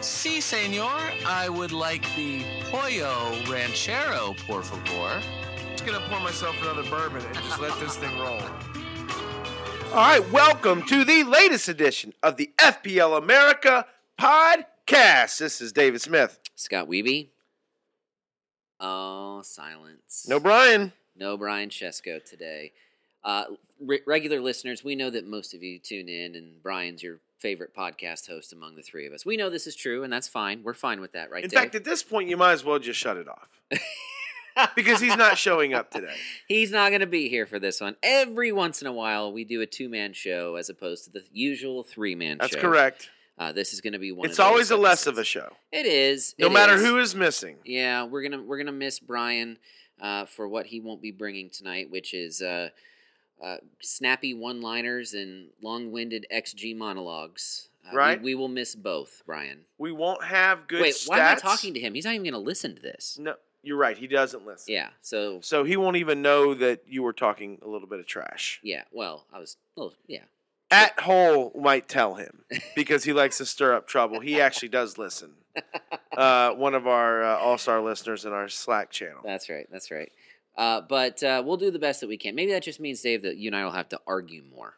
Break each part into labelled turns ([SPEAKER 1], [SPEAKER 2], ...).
[SPEAKER 1] Si, senor, I would like the Pollo Ranchero, por favor.
[SPEAKER 2] I'm just gonna pour myself another bourbon and just let this thing roll. All right, welcome to the latest edition of the FPL America podcast. This is David Smith.
[SPEAKER 3] Scott Weeby. Oh, silence.
[SPEAKER 2] No, Brian.
[SPEAKER 3] no Brian Chesko today. Uh, re- regular listeners, we know that most of you tune in, and Brian's your favorite podcast host among the three of us. We know this is true, and that's fine. We're fine with that, right?
[SPEAKER 2] In
[SPEAKER 3] Dave?
[SPEAKER 2] fact, at this point, you might as well just shut it off because he's not showing up today.
[SPEAKER 3] He's not going to be here for this one. Every once in a while, we do a two-man show as opposed to the usual three-man.
[SPEAKER 2] That's
[SPEAKER 3] show.
[SPEAKER 2] correct.
[SPEAKER 3] Uh, this is going to be one.
[SPEAKER 2] It's always a less of
[SPEAKER 3] a.
[SPEAKER 2] a show,
[SPEAKER 3] It is.
[SPEAKER 2] no
[SPEAKER 3] it
[SPEAKER 2] matter
[SPEAKER 3] is.
[SPEAKER 2] who is missing.
[SPEAKER 3] Yeah, we're gonna we're gonna miss Brian uh, for what he won't be bringing tonight, which is uh, uh, snappy one-liners and long-winded XG monologues. Uh, we-
[SPEAKER 2] Right.
[SPEAKER 3] We, will miss both, Brian.
[SPEAKER 2] We won't have good
[SPEAKER 3] Wait,
[SPEAKER 2] stats.
[SPEAKER 3] why am I talking to him? He's not even gonna listen to this.
[SPEAKER 2] No, you're right. He doesn't listen.
[SPEAKER 3] Yeah. So
[SPEAKER 2] So he won't even know that you were talking a little bit of trash.
[SPEAKER 3] yeah. Well, I was. Well, yeah.
[SPEAKER 2] At Hole might tell him because he likes to stir up trouble. He actually does listen. Uh, one of our uh, all star listeners in our Slack channel.
[SPEAKER 3] That's right. That's right. Uh, but uh, we'll do the best that we can. Maybe that just means, Dave, that you and I will have to argue more.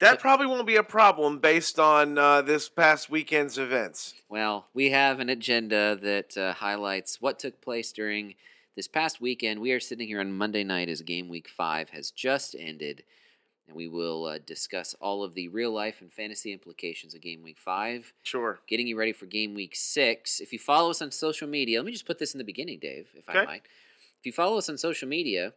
[SPEAKER 2] That probably won't be a problem based on uh, this past weekend's events.
[SPEAKER 3] Well, we have an agenda that uh, highlights what took place during this past weekend. We are sitting here on Monday night as game week five has just ended, and we will uh, discuss all of the real life and fantasy implications of game week five,
[SPEAKER 2] Sure.
[SPEAKER 3] getting you ready for game week six. If you follow us on social media, let me just put this in the beginning, Dave, if I
[SPEAKER 2] Okay.
[SPEAKER 3] might. If you follow us on social media,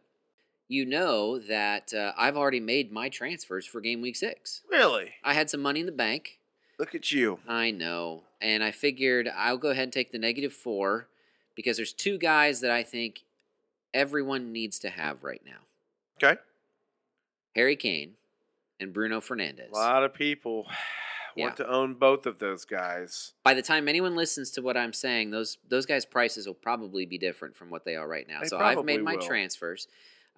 [SPEAKER 3] you know that uh, I've already made my transfers for game week six.
[SPEAKER 2] Really?
[SPEAKER 3] I had some money in the bank.
[SPEAKER 2] Look at you.
[SPEAKER 3] I know. And I figured I'll go ahead and take the negative four because there's two guys that I think everyone needs to have right now
[SPEAKER 2] Okay.
[SPEAKER 3] Harry Kane and Bruno Fernandez.
[SPEAKER 2] A lot of people want to own both of those guys.
[SPEAKER 3] By the time anyone listens to what I'm saying, those those guys' prices will probably be different from what they are right now.
[SPEAKER 2] They
[SPEAKER 3] so I've
[SPEAKER 2] probably
[SPEAKER 3] made my
[SPEAKER 2] will.
[SPEAKER 3] transfers.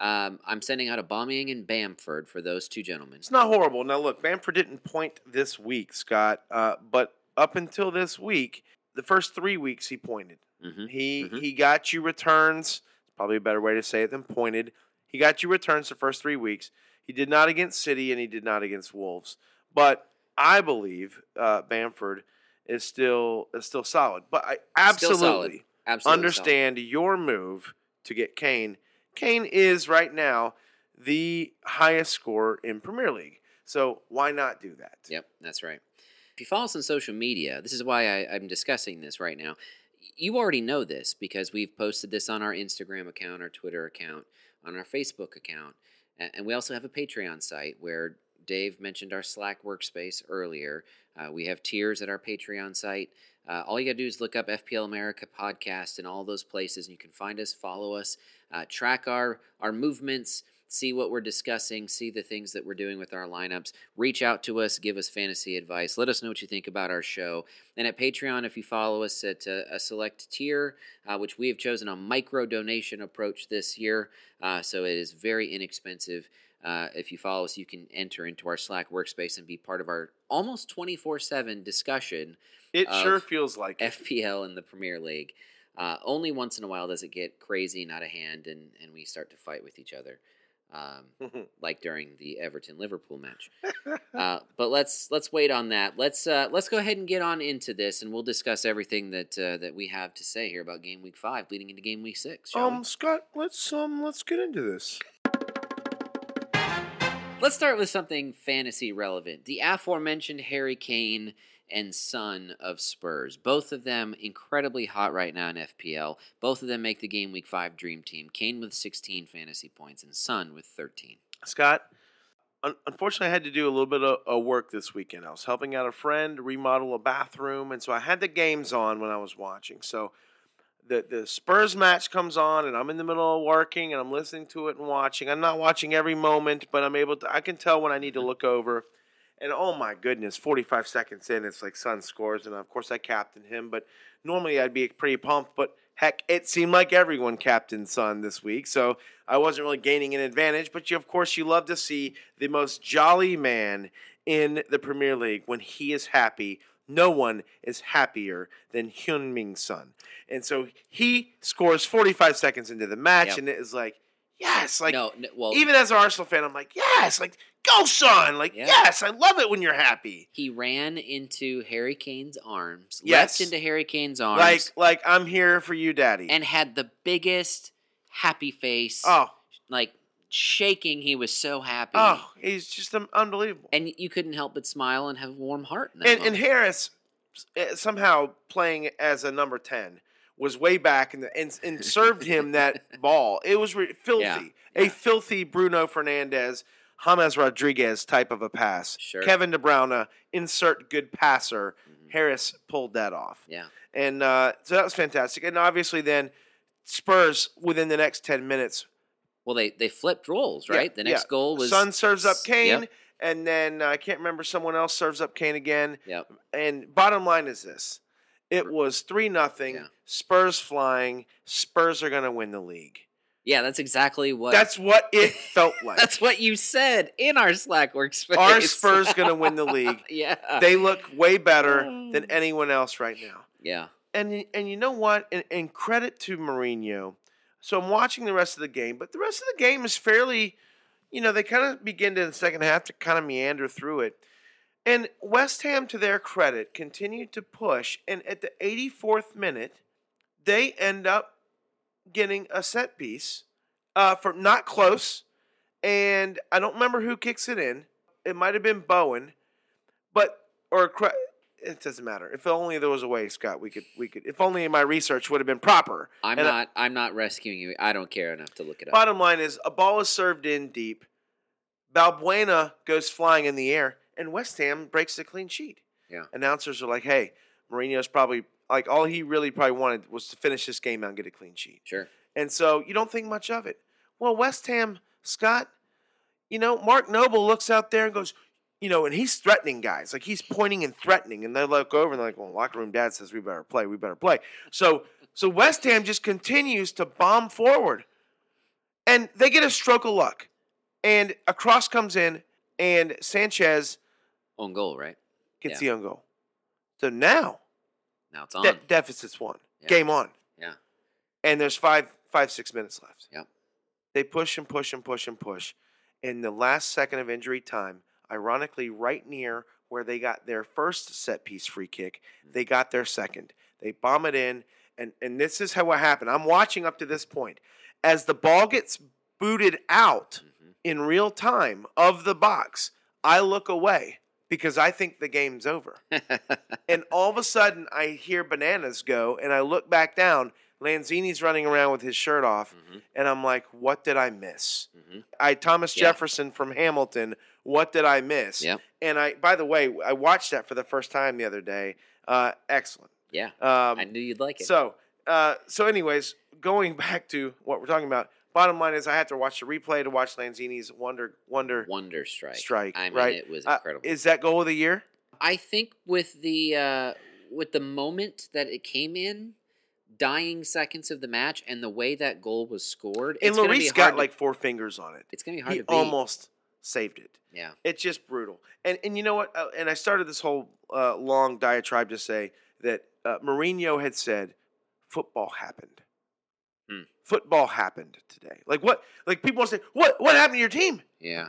[SPEAKER 3] Um, I'm sending out a bombing and Bamford for those two gentlemen.
[SPEAKER 2] It's not horrible. Now, look, Bamford didn't point this week, Scott, uh, but up until this week, the first three weeks he pointed.
[SPEAKER 3] hmm
[SPEAKER 2] He
[SPEAKER 3] Mhm.
[SPEAKER 2] he got you returns. Probably a better way to say it than pointed. He got you returns the first three weeks. He did not against City and he did not against Wolves. But I believe uh, Bamford is still is still solid. But I absolutely
[SPEAKER 3] Still solid. Absolutely. solid.
[SPEAKER 2] understand your move to get Kane. Kane is right now the highest scorer in Premier League. So why not do that?
[SPEAKER 3] Yep, that's right. If you follow us on social media, this is why I, I'm discussing this right now. You already know this because we've posted this on our Instagram account, our Twitter account, on our Facebook account, a- and we also have a Patreon site where Dave mentioned our Slack workspace earlier. Uh, we have tiers at our Patreon site. Uh, all you gotta do is look up FPL America podcast in all those places, and you can find us, follow us, uh, track our our movements, see what we're discussing, see the things that we're doing with our lineups. Reach out to us, give us fantasy advice, let us know what you think about our show. And at Patreon, if you follow us at uh, a select tier, uh, which we have chosen a micro donation approach this year, uh, so it is very inexpensive. Uh, if you follow us, you can enter into our Slack workspace and be part of our almost 24 7 discussion
[SPEAKER 2] It
[SPEAKER 3] Of
[SPEAKER 2] sure feels like it.
[SPEAKER 3] FPL in the Premier League. Uh, only once in a while does it get crazy and out of hand, and, and we start to fight with each other, um, like during the Everton Liverpool match. uh, but let's let's wait on that. Let's uh, let's go ahead and get on into this, and we'll discuss everything that uh, that we have to say here about Game Week Five, leading into Game Week Six. shall we?
[SPEAKER 2] Um, Scott, let's um, let's get into this.
[SPEAKER 3] Let's start with something fantasy relevant. The aforementioned Harry Kane and son of Spurs. Both of them incredibly hot right now in FPL. Both of them make the game week 5 dream team. Kane with 16 fantasy points and Son with 13.
[SPEAKER 2] Scott, un- unfortunately, I had to do a little bit of, of work this weekend. I was helping out a friend remodel a bathroom, and so I had the games on when I was watching. So the the Spurs match comes on, and I'm in the middle of working, and I'm listening to it and watching. I'm not watching every moment, but I'm able to. I can tell when I need to look over. And oh my goodness, 45 seconds in, it's like Sun scores, and of course I captained him. But normally I'd be pretty pumped, but heck, it seemed like everyone captained Sun this week, so I wasn't really gaining an advantage. But you, of course, you love to see the most jolly man in the Premier League when he is happy. No one is happier than Hyun Ming Sun, and so he scores 45 seconds into the match,
[SPEAKER 3] Yep.
[SPEAKER 2] and it is like, yes, like
[SPEAKER 3] no, no, well,
[SPEAKER 2] even as an Arsenal fan, I'm like, yes, like go, son, like
[SPEAKER 3] Yeah.
[SPEAKER 2] yes, I love it when you're happy.
[SPEAKER 3] he ran into Harry Kane's arms,
[SPEAKER 2] Yes.
[SPEAKER 3] leapt into Harry Kane's arms,
[SPEAKER 2] Like, like I'm here for you, daddy.
[SPEAKER 3] and had the biggest happy face.
[SPEAKER 2] oh,
[SPEAKER 3] Like shaking, he was so happy.
[SPEAKER 2] oh, he's just um, unbelievable.
[SPEAKER 3] And you couldn't help but smile and have a warm heart. In that
[SPEAKER 2] and, and
[SPEAKER 3] moment.
[SPEAKER 2] Harris uh, somehow playing as a number ten was way back in the, and and served him that ball. It was re- filthy, a
[SPEAKER 3] yeah.
[SPEAKER 2] filthy Bruno Fernandez, James Rodriguez type of a pass.
[SPEAKER 3] Sure.
[SPEAKER 2] Kevin De Bruyne, insert good passer.
[SPEAKER 3] Mhm.
[SPEAKER 2] Harris pulled that off.
[SPEAKER 3] yeah,
[SPEAKER 2] And uh, so that was fantastic. And obviously, then Spurs within the next 10 minutes.
[SPEAKER 3] well, they they flipped roles,
[SPEAKER 2] Yeah,
[SPEAKER 3] right? the next
[SPEAKER 2] yeah.
[SPEAKER 3] goal was
[SPEAKER 2] Sun serves up
[SPEAKER 3] s-
[SPEAKER 2] Kane.
[SPEAKER 3] yep.
[SPEAKER 2] And then uh, I can't remember, someone else serves up Kane again.
[SPEAKER 3] Yep.
[SPEAKER 2] And bottom line is this it
[SPEAKER 3] R-
[SPEAKER 2] was 3 nothing.
[SPEAKER 3] Yeah.
[SPEAKER 2] Spurs flying. Spurs are going to win the league.
[SPEAKER 3] Yeah, that's exactly what.
[SPEAKER 2] That's what it felt like.
[SPEAKER 3] That's what you said in our Slack workspace.
[SPEAKER 2] Our Spurs going to win the league.
[SPEAKER 3] yeah.
[SPEAKER 2] They look way better than
[SPEAKER 3] Mm.
[SPEAKER 2] anyone else right now.
[SPEAKER 3] yeah.
[SPEAKER 2] and y- and you know what? And, and credit to Mourinho. So I'm watching the rest of the game, but the rest of the game is fairly, you know, they kind of begin to the second half to kind of meander through it. And West Ham, to their credit, continued to push, and at the 84th minute, they end up getting a set piece uh, from not close, and I don't remember who kicks it in. It might have been Bowen, but or cre- it doesn't matter. If only there was a way, Scott, we could we could. If only my research would have been proper.
[SPEAKER 3] I'm
[SPEAKER 2] And I-
[SPEAKER 3] not. I'm not rescuing you. I don't care enough to look it up.
[SPEAKER 2] Bottom line is a ball is served in deep. Balbuena goes flying in the air, and West Ham breaks the clean sheet.
[SPEAKER 3] Yeah.
[SPEAKER 2] Announcers are like, "Hey, Mourinho's probably like all he really probably wanted was to finish this game out and get a clean sheet."
[SPEAKER 3] sure.
[SPEAKER 2] And so you don't think much of it. Well, West Ham, Scott, you know, Mark Noble looks out there and goes, you know, and he's threatening guys. Like he's pointing and threatening. And they look over and they're like, well, locker room dad says we better play, we better play. So so West Ham just continues to bomb forward. And they get a stroke of luck. And a cross comes in and Sanchez
[SPEAKER 3] On goal, right?
[SPEAKER 2] gets
[SPEAKER 3] Yeah.
[SPEAKER 2] the own goal. So now
[SPEAKER 3] Now it's on.
[SPEAKER 2] De- deficit's one.
[SPEAKER 3] Yeah.
[SPEAKER 2] Game on.
[SPEAKER 3] Yeah.
[SPEAKER 2] And there's five, five, six minutes left.
[SPEAKER 3] Yep.
[SPEAKER 2] They push and push and push and push. In the last second of injury time, ironically, right near where they got their first set piece free kick,
[SPEAKER 3] Hmm.
[SPEAKER 2] they got their second. They bomb it in, and and this is how what happened. I'm watching up to this point. As the ball gets booted out
[SPEAKER 3] Mhm.
[SPEAKER 2] in real time of the box, I look away because I think the game's over.
[SPEAKER 3] Mm-hmm.
[SPEAKER 2] And all of a sudden, I hear bananas go, and I look back down. Lanzini's running around with his shirt off,
[SPEAKER 3] Mhm.
[SPEAKER 2] and I'm like, "What did I miss?
[SPEAKER 3] Mhm.
[SPEAKER 2] I Thomas
[SPEAKER 3] Yeah.
[SPEAKER 2] Jefferson from Hamilton. What did I miss?"
[SPEAKER 3] Yep.
[SPEAKER 2] And I, by the way, I watched that for the first time the other day. Uh, excellent.
[SPEAKER 3] Yeah.
[SPEAKER 2] Um,
[SPEAKER 3] I knew you'd like it.
[SPEAKER 2] so, uh, so, anyways, going back to what we're talking about. Bottom line is, I had to watch the replay to watch Lanzini's wonder, wonder.
[SPEAKER 3] Wonder strike.
[SPEAKER 2] Strike,
[SPEAKER 3] I mean,
[SPEAKER 2] right.
[SPEAKER 3] it was
[SPEAKER 2] Uh,
[SPEAKER 3] incredible.
[SPEAKER 2] is that goal of the year?
[SPEAKER 3] I think with the uh, with the moment that it came in, dying seconds of the match, and the way that goal was scored,
[SPEAKER 2] And
[SPEAKER 3] it's gonna be
[SPEAKER 2] Lloris
[SPEAKER 3] hard
[SPEAKER 2] got
[SPEAKER 3] to-
[SPEAKER 2] like four fingers on it.
[SPEAKER 3] it's gonna be hard
[SPEAKER 2] He
[SPEAKER 3] to beat.
[SPEAKER 2] almost saved it.
[SPEAKER 3] yeah.
[SPEAKER 2] It's just brutal. And and you know what? Uh, and I started this whole uh, long diatribe to say that uh, Mourinho had said, "Football happened.
[SPEAKER 3] Hmm.
[SPEAKER 2] Football happened today. Like what? Like people will say, what? What happened to your team?
[SPEAKER 3] Yeah.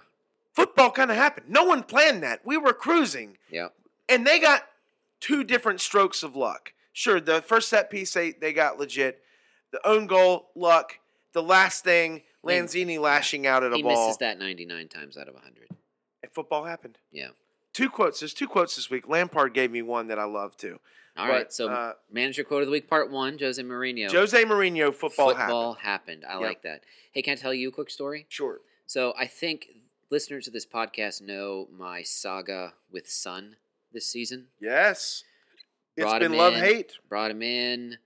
[SPEAKER 2] Football kind of happened. No one planned that. We were cruising,
[SPEAKER 3] Yeah.
[SPEAKER 2] and they got two different strokes of luck. Sure, the first set piece they they got legit. The own goal luck. The last thing,
[SPEAKER 3] Lin-
[SPEAKER 2] Lanzini lashing out at a
[SPEAKER 3] He
[SPEAKER 2] ball.
[SPEAKER 3] misses that 99 times out of 100.
[SPEAKER 2] football happened.
[SPEAKER 3] Yeah.
[SPEAKER 2] Two quotes. There's two quotes this week. Lampard gave me one that I love too.
[SPEAKER 3] All
[SPEAKER 2] But,
[SPEAKER 3] right, so
[SPEAKER 2] uh,
[SPEAKER 3] manager quote of the week, part one, Jose Mourinho.
[SPEAKER 2] Jose Mourinho football, happened.
[SPEAKER 3] happened. I
[SPEAKER 2] Yep.
[SPEAKER 3] like that. Hey, can I tell you a quick story?
[SPEAKER 2] Sure.
[SPEAKER 3] So I think listeners of this podcast know my saga with Sun this season.
[SPEAKER 2] Yes. It's
[SPEAKER 3] Brought
[SPEAKER 2] been
[SPEAKER 3] him
[SPEAKER 2] love
[SPEAKER 3] in.
[SPEAKER 2] hate.
[SPEAKER 3] Brought him in,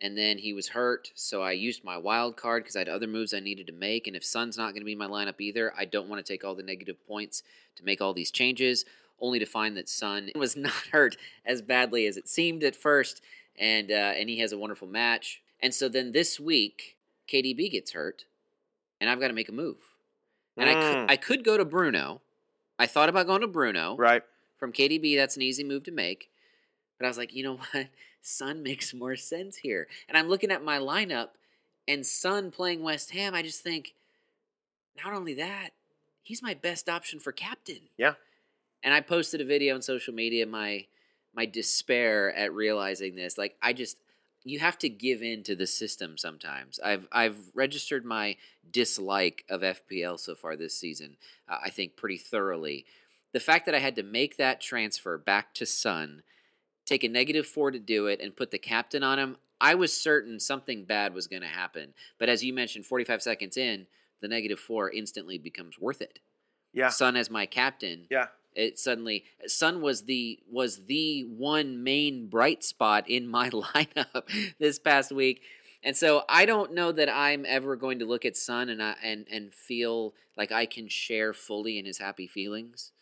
[SPEAKER 3] and then he was hurt, so I used my wild card because I had other moves I needed to make. And if Sun's not going to be in my lineup either, I don't want to take all the negative points to make all these changes, only to find that Sun was not hurt as badly as it seemed at first, and uh, and he has a wonderful match. And so then this week, KDB gets hurt, and I've got to make a move. And I,
[SPEAKER 2] Mm.
[SPEAKER 3] could, I could go to Bruno. I thought about going to Bruno
[SPEAKER 2] Right.
[SPEAKER 3] from KDB, that's an easy move to make. But I was like, you know what? Sun makes more sense here. And I'm looking at my lineup and Sun playing West Ham. I just think, not only that, he's my best option for captain.
[SPEAKER 2] Yeah.
[SPEAKER 3] And I posted a video on social media, my my despair at realizing this. Like I just you have to give in to the system sometimes. I've I've registered my dislike of FPL so far this season. Uh, I think pretty thoroughly the fact that I had to make that transfer back to Sun, take a negative four to do it, and put the captain on him, I was certain something bad was going to happen. But as you mentioned, 45 seconds in, the negative four instantly becomes worth it.
[SPEAKER 2] Yeah.
[SPEAKER 3] Sun as my captain,
[SPEAKER 2] Yeah.
[SPEAKER 3] it suddenly Sun was the was the one main bright spot in my lineup this past week. And so I don't know that I'm ever going to look at Sun and I, and and feel like I can share fully in his happy feelings,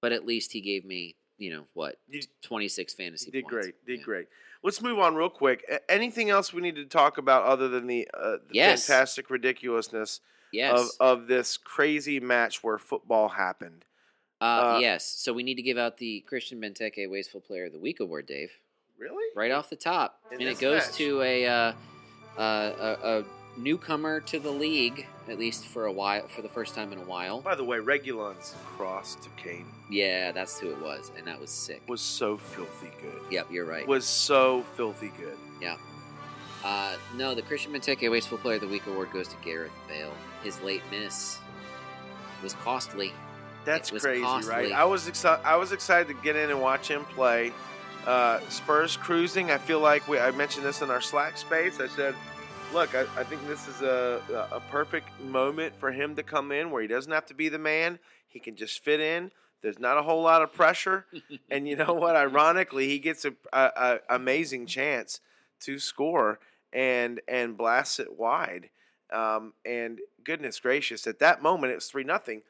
[SPEAKER 3] but at least he gave me, you know, what?
[SPEAKER 2] You
[SPEAKER 3] 26 fantasy
[SPEAKER 2] did
[SPEAKER 3] points.
[SPEAKER 2] great. Did
[SPEAKER 3] Yeah.
[SPEAKER 2] great. Let's move on real quick. A- Anything else we need to talk about other than the, uh, the
[SPEAKER 3] Yes.
[SPEAKER 2] fantastic ridiculousness
[SPEAKER 3] Yes.
[SPEAKER 2] of, of this crazy match where football happened?
[SPEAKER 3] uh,
[SPEAKER 2] uh,
[SPEAKER 3] yes. So we need to give out the Christian Benteke Wasteful Player of the Week award, Dave.
[SPEAKER 2] Really?
[SPEAKER 3] right off the top,
[SPEAKER 2] In
[SPEAKER 3] and it
[SPEAKER 2] this
[SPEAKER 3] goes
[SPEAKER 2] match.
[SPEAKER 3] to a, uh, uh, a a newcomer to the league, at least for a while, for the first time in a while.
[SPEAKER 2] By the way, Regulon's cross to Kane
[SPEAKER 3] Yeah, that's who it was, and that was sick.
[SPEAKER 2] was so filthy good.
[SPEAKER 3] Yep, you're right.
[SPEAKER 2] Was so filthy good.
[SPEAKER 3] Uh, no, the Christian Benteke Wasteful Player of the Week award goes to Gareth Bale. His late miss was costly.
[SPEAKER 2] That's
[SPEAKER 3] was
[SPEAKER 2] crazy, right?
[SPEAKER 3] costly.
[SPEAKER 2] I was excited. I was excited to get in and watch him play. Uh, Spurs cruising. I feel like we. I mentioned this in our Slack space. I said, "Look, I, I think this is a a perfect moment for him to come in, where he doesn't have to be the man. He can just fit in. There's not a whole lot of pressure, and you know what? Ironically, he gets a, a, a amazing chance to score and and blasts it wide. Um, and goodness gracious, at that moment it was three nothing.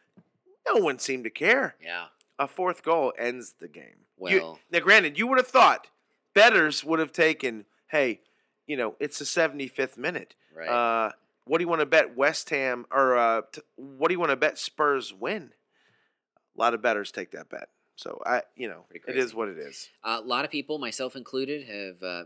[SPEAKER 2] No one seemed to care.
[SPEAKER 3] Yeah.
[SPEAKER 2] A fourth goal ends the game. You-
[SPEAKER 3] Well-
[SPEAKER 2] now granted, you would have thought betters would have taken. Hey, you know it's the seventy fifth minute.
[SPEAKER 3] Right.
[SPEAKER 2] Uh, what do you want to bet West Ham or uh, t- what do you want to bet Spurs win? A lot of betters take that bet. So I, you know,
[SPEAKER 3] Pretty
[SPEAKER 2] it is
[SPEAKER 3] crazy.
[SPEAKER 2] what it is.
[SPEAKER 3] Uh, A lot of people, myself included, have uh,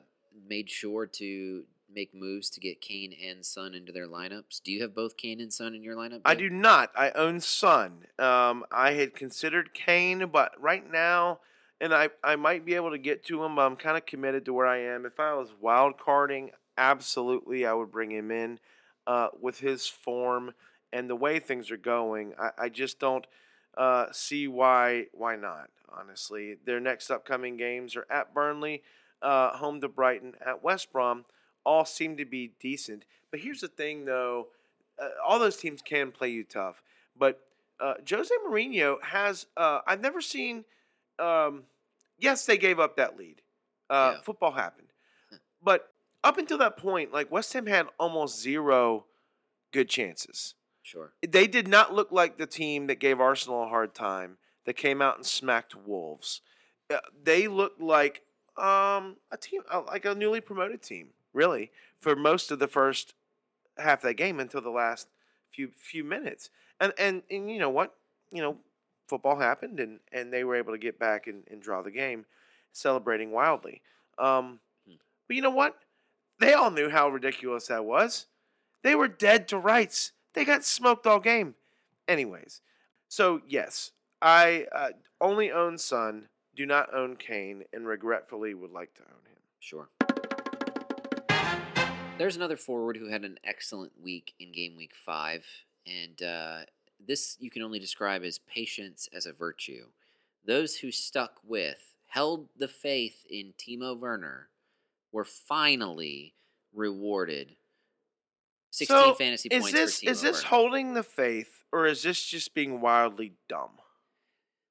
[SPEAKER 3] made sure to make moves to get Kane and Son into their lineups. Do you have both Kane and Son in your lineup?
[SPEAKER 2] I
[SPEAKER 3] Dave?
[SPEAKER 2] do not. I own Sun. Um, I had considered Kane, but right now, and I, I might be able to get to him. But I'm kind of committed to where I am. If I was wild carding, absolutely, I would bring him in. Uh, with his form and the way things are going, I, I just don't uh, see why why not. Honestly, their next upcoming games are at Burnley, uh, home to Brighton, at West Brom. All seem to be decent. But here's the thing, though uh, all those teams can play you tough, but uh, Jose Mourinho has. Uh, I've never seen. Um, yes, they gave up that lead. Uh,
[SPEAKER 3] Yeah.
[SPEAKER 2] Football happened, but up until that point, like West Ham had almost zero good chances.
[SPEAKER 3] Sure.
[SPEAKER 2] They did not look like the team that gave Arsenal a hard time. That came out and smacked Wolves. Uh, they looked like um, a team, uh, like a newly promoted team, really, for most of the first half of that game until the last few few minutes. And and, and you know what? You know, football happened and, and they were able to get back and, and draw the game, celebrating wildly. Um, but you know what? They all knew how ridiculous that was. They were dead to rights. They got smoked all game. Anyways, so yes, I uh, only own Son, do not own Kane, and regretfully would like to own him.
[SPEAKER 3] Sure. There's another forward who had an excellent week in game week five, and uh, this you can only describe as patience as a virtue. Those who stuck with, held the faith in Timo Werner, were finally rewarded. Sixteen
[SPEAKER 2] So,
[SPEAKER 3] fantasy
[SPEAKER 2] Is
[SPEAKER 3] points
[SPEAKER 2] this
[SPEAKER 3] for Timo
[SPEAKER 2] is this
[SPEAKER 3] Werner.
[SPEAKER 2] holding the faith or is this just being wildly dumb?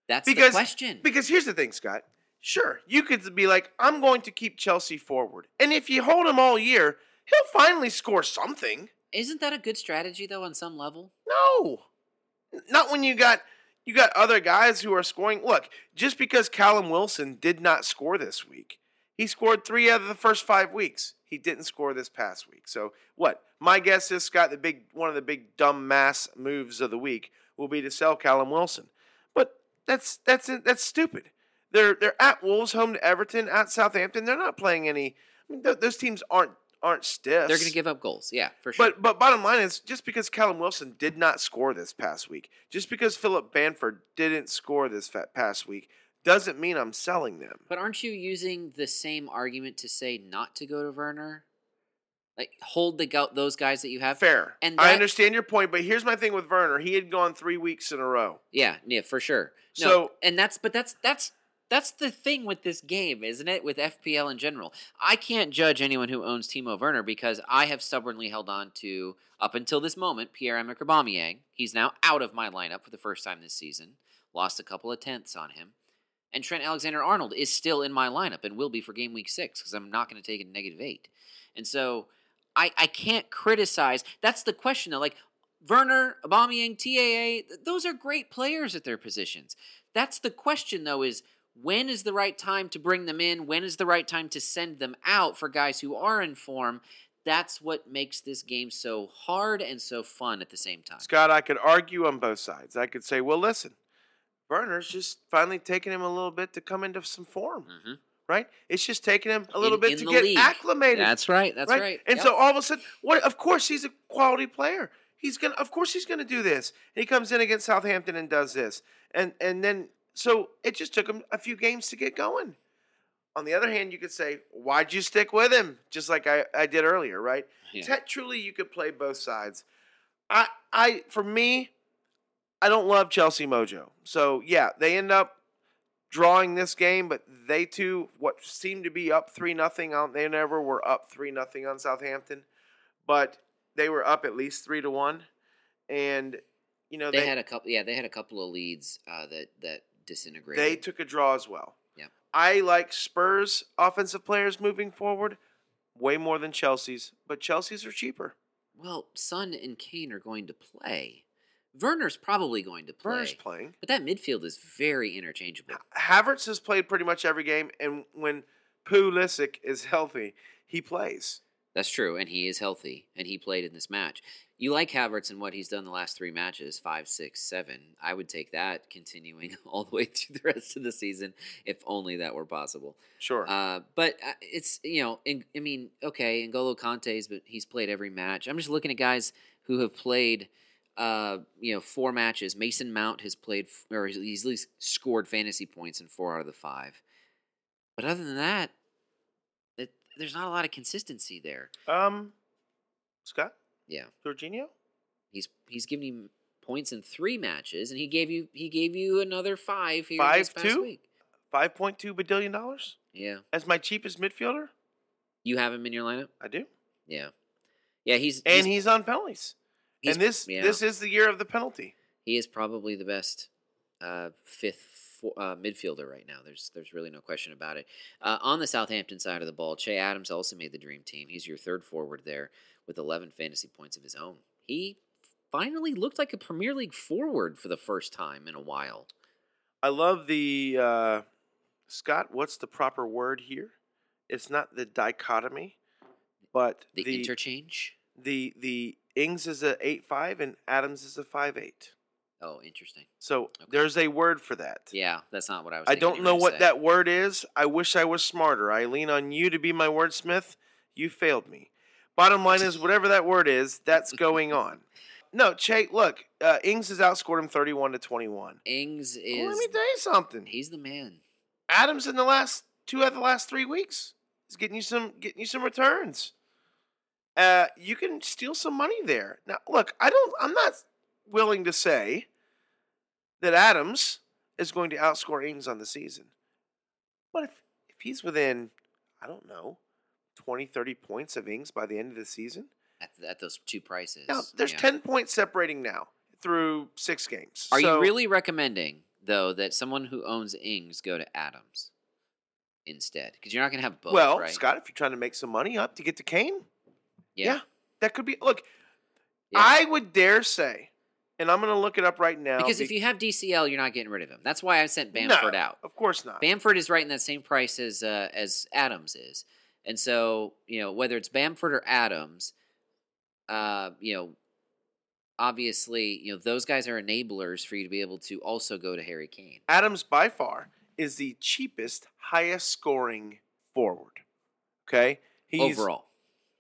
[SPEAKER 3] That's the
[SPEAKER 2] because-
[SPEAKER 3] question.
[SPEAKER 2] Because here's the thing, Scott. Sure, you could be like, I'm going to keep Chelsea forward, and if you hold him all year, he'll finally score something.
[SPEAKER 3] Isn't that a good strategy though? On some level,
[SPEAKER 2] No, not when you got you got other guys who are scoring. Look, just because Callum Wilson did not score this week, he scored three out of the first five weeks. He didn't score this past week. So what? My guess is Scott, the big one of the big dumb mass moves of the week will be to sell Callum Wilson. But that's that's that's stupid. They're they're at Wolves, home to Everton, at Southampton. They're not playing any. I mean, th- those teams aren't aren't stiff.
[SPEAKER 3] they're going to give up goals. Yeah, for sure.
[SPEAKER 2] But but bottom line is just because Callum Wilson did not score this past week, just because Philip Banford didn't score this fa- past week, doesn't mean I'm selling them.
[SPEAKER 3] But aren't you using the same argument to say not to go to Werner? Like hold the go- those guys that you have.
[SPEAKER 2] Fair.
[SPEAKER 3] And
[SPEAKER 2] I
[SPEAKER 3] that-
[SPEAKER 2] understand your point, but here's my thing with Werner. He had gone three weeks in a row.
[SPEAKER 3] Yeah, yeah, for sure. No,
[SPEAKER 2] So-
[SPEAKER 3] and that's but that's that's that's the thing with this game, isn't it? With FPL in general, I can't judge anyone who owns Timo Werner because I have stubbornly held on to up until this moment Pierre Emerick Aubameyang. He's now out of my lineup for the first time this season. Lost a couple of tenths on him, and Trent Alexander Arnold is still in my lineup and will be for game week six because I'm not going to take a negative eight. And so I I can't criticize. That's the question though. Like Werner, Aubameyang, TAA, th- those are great players at their positions. That's the question though is when is the right time to bring them in? When is the right time to send them out for guys who are in form? That's what makes this game so hard and so fun at the same time.
[SPEAKER 2] Scott, I could argue on both sides. I could say, well, listen, Werner's just finally taking him a little bit to come into some form,
[SPEAKER 3] hmm
[SPEAKER 2] right? It's just taking him a little
[SPEAKER 3] In-
[SPEAKER 2] bit
[SPEAKER 3] in
[SPEAKER 2] to
[SPEAKER 3] the
[SPEAKER 2] get
[SPEAKER 3] league.
[SPEAKER 2] acclimated.
[SPEAKER 3] That's right. That's right.
[SPEAKER 2] And
[SPEAKER 3] Yep.
[SPEAKER 2] so all of a sudden, what? Of course, he's a quality player. He's gonna, of course, he's gonna do this. And he comes in against Southampton and does this, and and then so it just took him a few games to get going. On the other hand, you could say, why'd you stick with him? Just like I, I did earlier, right?
[SPEAKER 3] Yeah.
[SPEAKER 2] Te- truly, you could play both sides. I I for me, I don't love Chelsea Mojo. So yeah, they end up drawing this game, but they too what seemed to be up three nothing on they never were up three nothing on Southampton, but they were up at least three to one, and you know
[SPEAKER 3] they,
[SPEAKER 2] they
[SPEAKER 3] had a couple yeah, they had a couple of leads uh, that that disintegrated.
[SPEAKER 2] they took a draw as well.
[SPEAKER 3] Yep.
[SPEAKER 2] I like Spurs offensive players moving forward way more than Chelsea's, but Chelsea's are cheaper.
[SPEAKER 3] well, Son and Kane are going to play. Werner's probably going to play.
[SPEAKER 2] Werner's playing.
[SPEAKER 3] But that midfield is very interchangeable.
[SPEAKER 2] Havertz has played pretty much every game, and when Pulisic is healthy, he plays.
[SPEAKER 3] That's true, and he is healthy, and he played in this match. You like Havertz and what he's done the last three matches five, six, seven. I would take that continuing all the way through the rest of the season, if only that were possible.
[SPEAKER 2] Sure.
[SPEAKER 3] Uh, but uh, it's you know, in, I mean, okay, N'Golo Conte's, but he's played every match. I'm just looking at guys who have played, uh, you know, four matches. Mason Mount has played, f- or he's at least scored fantasy points in four out of the five. But other than that, it, there's not a lot of consistency there.
[SPEAKER 2] um, Scott.
[SPEAKER 3] Yeah.
[SPEAKER 2] Jorginho?
[SPEAKER 3] He's he's given you points in three matches, and he gave you he gave you another five here this
[SPEAKER 2] Five,
[SPEAKER 3] past
[SPEAKER 2] too?
[SPEAKER 3] week.
[SPEAKER 2] Five point two billion dollars
[SPEAKER 3] Yeah,
[SPEAKER 2] as my cheapest midfielder.
[SPEAKER 3] you have him in your lineup.
[SPEAKER 2] I do,
[SPEAKER 3] Yeah, yeah, he's
[SPEAKER 2] and he's, on penalties.
[SPEAKER 3] he's-
[SPEAKER 2] and this
[SPEAKER 3] yeah.
[SPEAKER 2] this is the year of the penalty.
[SPEAKER 3] he is probably the best uh, fifth fo- uh, midfielder right now. There's there's really no question about it. Uh, on the Southampton side of the ball, Che Adams also made the dream team. He's your third forward there with 11 fantasy points of his own. He finally looked like a Premier League forward for the first time in a while.
[SPEAKER 2] I love the uh, Scott. What's the proper word here? It's not the dichotomy, but
[SPEAKER 3] The,
[SPEAKER 2] the the
[SPEAKER 3] interchange.
[SPEAKER 2] the, Ings is a eight five and Adams is a five eight.
[SPEAKER 3] Oh, interesting.
[SPEAKER 2] So there's a word for that.
[SPEAKER 3] Yeah, that's not what I was.
[SPEAKER 2] I
[SPEAKER 3] thinking you
[SPEAKER 2] don't
[SPEAKER 3] were
[SPEAKER 2] know
[SPEAKER 3] gonna
[SPEAKER 2] what
[SPEAKER 3] say.
[SPEAKER 2] that word is. I wish I was smarter. I lean on you to be my wordsmith. You failed me. Bottom line is, whatever that word is, that's going on. No, Che, look, uh, Ings has outscored him 31 to 21.
[SPEAKER 3] Ings
[SPEAKER 2] Well,
[SPEAKER 3] is.
[SPEAKER 2] let me tell you something.
[SPEAKER 3] he's the man.
[SPEAKER 2] Adams in the last two out of the last three weeks is getting you some getting you some returns. Uh, you can steal some money there. Now, look, I don't. I'm not willing to say that Adams is going to outscore Ames on the season. But if, if he's within, I don't know, 20, 30 points of Ings by the end of the season,
[SPEAKER 3] at, at those two prices.
[SPEAKER 2] now there's
[SPEAKER 3] yeah.
[SPEAKER 2] 10 points separating now through six games.
[SPEAKER 3] Are
[SPEAKER 2] So-
[SPEAKER 3] you really recommending though that someone who owns Ings go to Adams instead? Because you're not going to have both.
[SPEAKER 2] well,
[SPEAKER 3] right?
[SPEAKER 2] Scott, if you're trying to make some money up to get to Kane, yeah. that could be. Look,
[SPEAKER 3] yeah.
[SPEAKER 2] I would dare say, and I'm going to look it up right now.
[SPEAKER 3] because if
[SPEAKER 2] be-
[SPEAKER 3] you have DCL, you're not getting rid of him. That's why I sent Bamford
[SPEAKER 2] No,
[SPEAKER 3] out.
[SPEAKER 2] Of course not.
[SPEAKER 3] Bamford is right in that same price as uh, as Adams is, and so you know whether it's Bamford or Adams, uh, you know, obviously you know those guys are enablers for you to be able to also go to Harry Kane.
[SPEAKER 2] Adams by far is the cheapest, highest scoring forward. Okay, he's
[SPEAKER 3] Overall,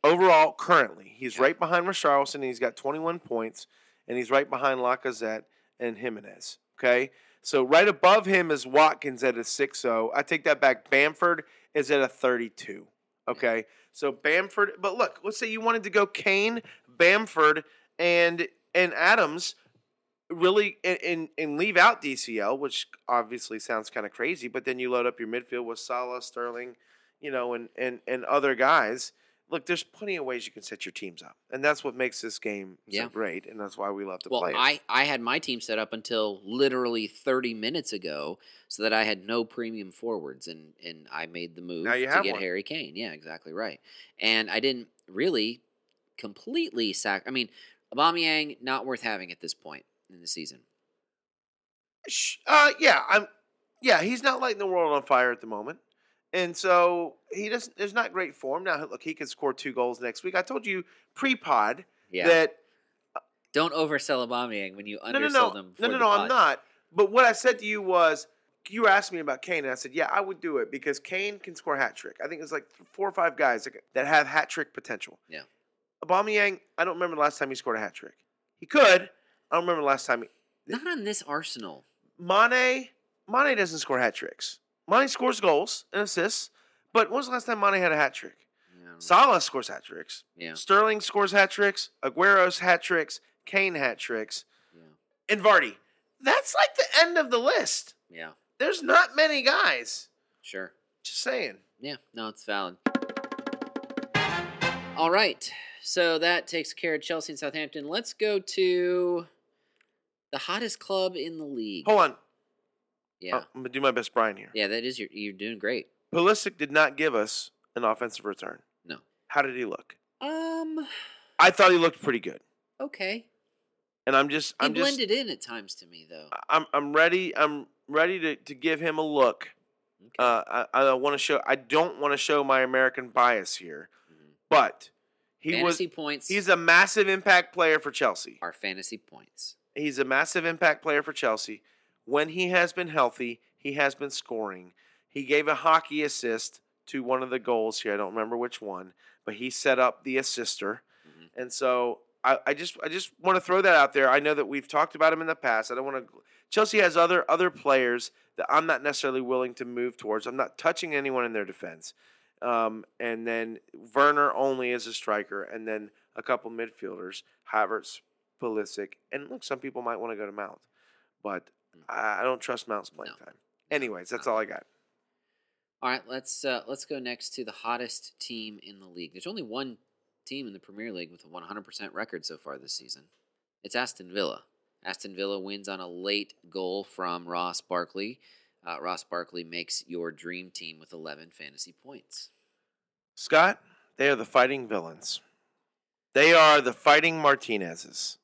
[SPEAKER 2] overall currently he's
[SPEAKER 3] Yeah.
[SPEAKER 2] right behind Richarlison. And he's got 21 points, and he's right behind Lacazette and Jimenez. Okay, so right above him is Watkins at a 6-0. I take that back. Bamford is at a 32. Okay, so Bamford. But look, let's say you wanted to go Kane, Bamford, and and Adams really and, and and leave out DCL, which obviously sounds kind of crazy, but then you load up your midfield with Salah, Sterling, you know, and and and other guys. Look, there's plenty of ways you can set your teams up, and that's what makes this game
[SPEAKER 3] Yeah.
[SPEAKER 2] so great, and that's why we love to
[SPEAKER 3] well,
[SPEAKER 2] play. it.
[SPEAKER 3] I I had my team set up until literally 30 minutes ago, so that I had no premium forwards, and and I made the move
[SPEAKER 2] Now you
[SPEAKER 3] to
[SPEAKER 2] have
[SPEAKER 3] get
[SPEAKER 2] one.
[SPEAKER 3] Harry Kane. Yeah, exactly right. And I didn't really completely sack. I mean, Aubameyang not worth having at this point in the season.
[SPEAKER 2] Sh- uh, yeah, I'm. Yeah, he's not lighting the world on fire at the moment, and so he doesn't. There's not great form now. Look, he could score two goals next week. I told you pre-pod
[SPEAKER 3] Yeah,
[SPEAKER 2] that
[SPEAKER 3] don't oversell Aubameyang when you
[SPEAKER 2] no, no,
[SPEAKER 3] undersell
[SPEAKER 2] no,
[SPEAKER 3] them.
[SPEAKER 2] no,
[SPEAKER 3] for
[SPEAKER 2] no,
[SPEAKER 3] the
[SPEAKER 2] no. I'm
[SPEAKER 3] pod.
[SPEAKER 2] not. But what I said to you was, you asked me about Kane, and I said, yeah, I would do it because Kane can score a hat trick. I think there's like four or five guys that- that have hat trick potential.
[SPEAKER 3] Yeah.
[SPEAKER 2] Aubameyang, I don't remember the last time he scored a hat trick. He could. I don't remember the last time. He,
[SPEAKER 3] Not on this Arsenal.
[SPEAKER 2] Mane, Mane doesn't score hat tricks. Mane scores goals and assists, but when was the last time Mane had a hat trick?
[SPEAKER 3] Yeah.
[SPEAKER 2] Salah scores hat tricks.
[SPEAKER 3] yeah.
[SPEAKER 2] Sterling scores hat tricks. Aguero's hat tricks. Kane hat tricks.
[SPEAKER 3] Yeah.
[SPEAKER 2] And Vardy. That's like the end of the list.
[SPEAKER 3] Yeah.
[SPEAKER 2] There's not many guys.
[SPEAKER 3] Sure.
[SPEAKER 2] Just saying.
[SPEAKER 3] Yeah, no, it's valid. All right, so that takes care of Chelsea and Southampton. Let's go to the hottest club in the league.
[SPEAKER 2] Hold on.
[SPEAKER 3] yeah,
[SPEAKER 2] I'm going to do my best, Brian, here.
[SPEAKER 3] yeah, that is your. You're doing great.
[SPEAKER 2] Pulisic did not give us an offensive return.
[SPEAKER 3] No.
[SPEAKER 2] How did he look?
[SPEAKER 3] Um,
[SPEAKER 2] I thought he looked pretty good.
[SPEAKER 3] okay.
[SPEAKER 2] And I'm just,
[SPEAKER 3] He
[SPEAKER 2] I'm just, Uh,
[SPEAKER 3] blended in at times to me though.
[SPEAKER 2] I'm, I'm ready. I'm ready to, to give him a look.
[SPEAKER 3] Okay.
[SPEAKER 2] Uh, I, I want to show. I don't want to show my American bias here,
[SPEAKER 3] Mhm.
[SPEAKER 2] but he
[SPEAKER 3] fantasy
[SPEAKER 2] was.
[SPEAKER 3] points.
[SPEAKER 2] He's a massive impact player for Chelsea.
[SPEAKER 3] our fantasy points.
[SPEAKER 2] He's a massive impact player for Chelsea. When he has been healthy, he has been scoring. He gave a hockey assist to one of the goals here. I don't remember which one, but he set up the assister.
[SPEAKER 3] Mhm.
[SPEAKER 2] And so I, I just I just want to throw that out there. I know that we've talked about him in the past. I don't want to Chelsea has other other players that I'm not necessarily willing to move towards. I'm not touching anyone in their defense. Um, and then Werner only as a striker, and then a couple midfielders, Havertz, Pulisic, and look, some people might want to go to Mount, but I I don't trust Mount's playing
[SPEAKER 3] Hmm. No.
[SPEAKER 2] time. Anyways, that's all I got.
[SPEAKER 3] All right, let's uh, let's go next to the hottest team in the league. There's only one team in the Premier League with a 100% record so far this season. It's Aston Villa. Aston Villa wins on a late goal from Ross Barkley. Uh, Ross Barkley makes your dream team with 11 fantasy points.
[SPEAKER 2] Scott, they are the fighting villains. They are the fighting Martinezes.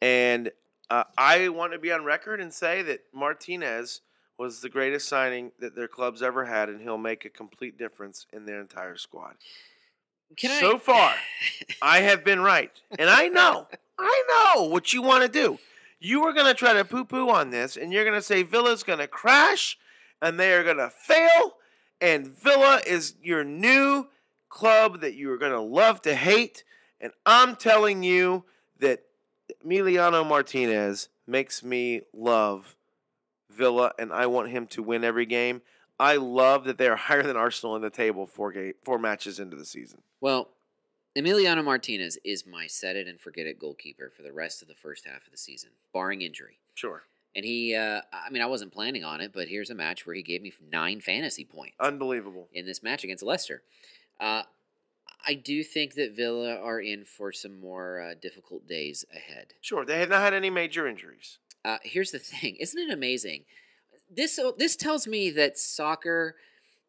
[SPEAKER 2] And uh, I want to be on record and say that Martinez was the greatest signing that their club's ever had, and he'll make a complete difference in their entire squad.
[SPEAKER 3] Can
[SPEAKER 2] So far. I have been right. And I know, I know what you want to do. You are going to try to poo poo on this, and you're going to say Villa's going to crash and they are going to fail. And Villa is your new club that you are going to love to hate. And I'm telling you that Emiliano Martinez makes me love Villa, and I want him to win every game. I love that they are higher than Arsenal in the table four, ga- four matches into the season.
[SPEAKER 3] Well, Emiliano Martinez is my set it and forget it goalkeeper for the rest of the first half of the season, barring injury.
[SPEAKER 2] Sure.
[SPEAKER 3] And he, uh, I mean, I wasn't planning on it, but here's a match where he gave me nine fantasy points
[SPEAKER 2] Unbelievable.
[SPEAKER 3] in this match against Leicester. Uh, I do think that Villa are in for some more uh, difficult days ahead.
[SPEAKER 2] Sure. They have not had any major injuries.
[SPEAKER 3] Uh, here's the thing, isn't it amazing? This uh, this tells me that soccer,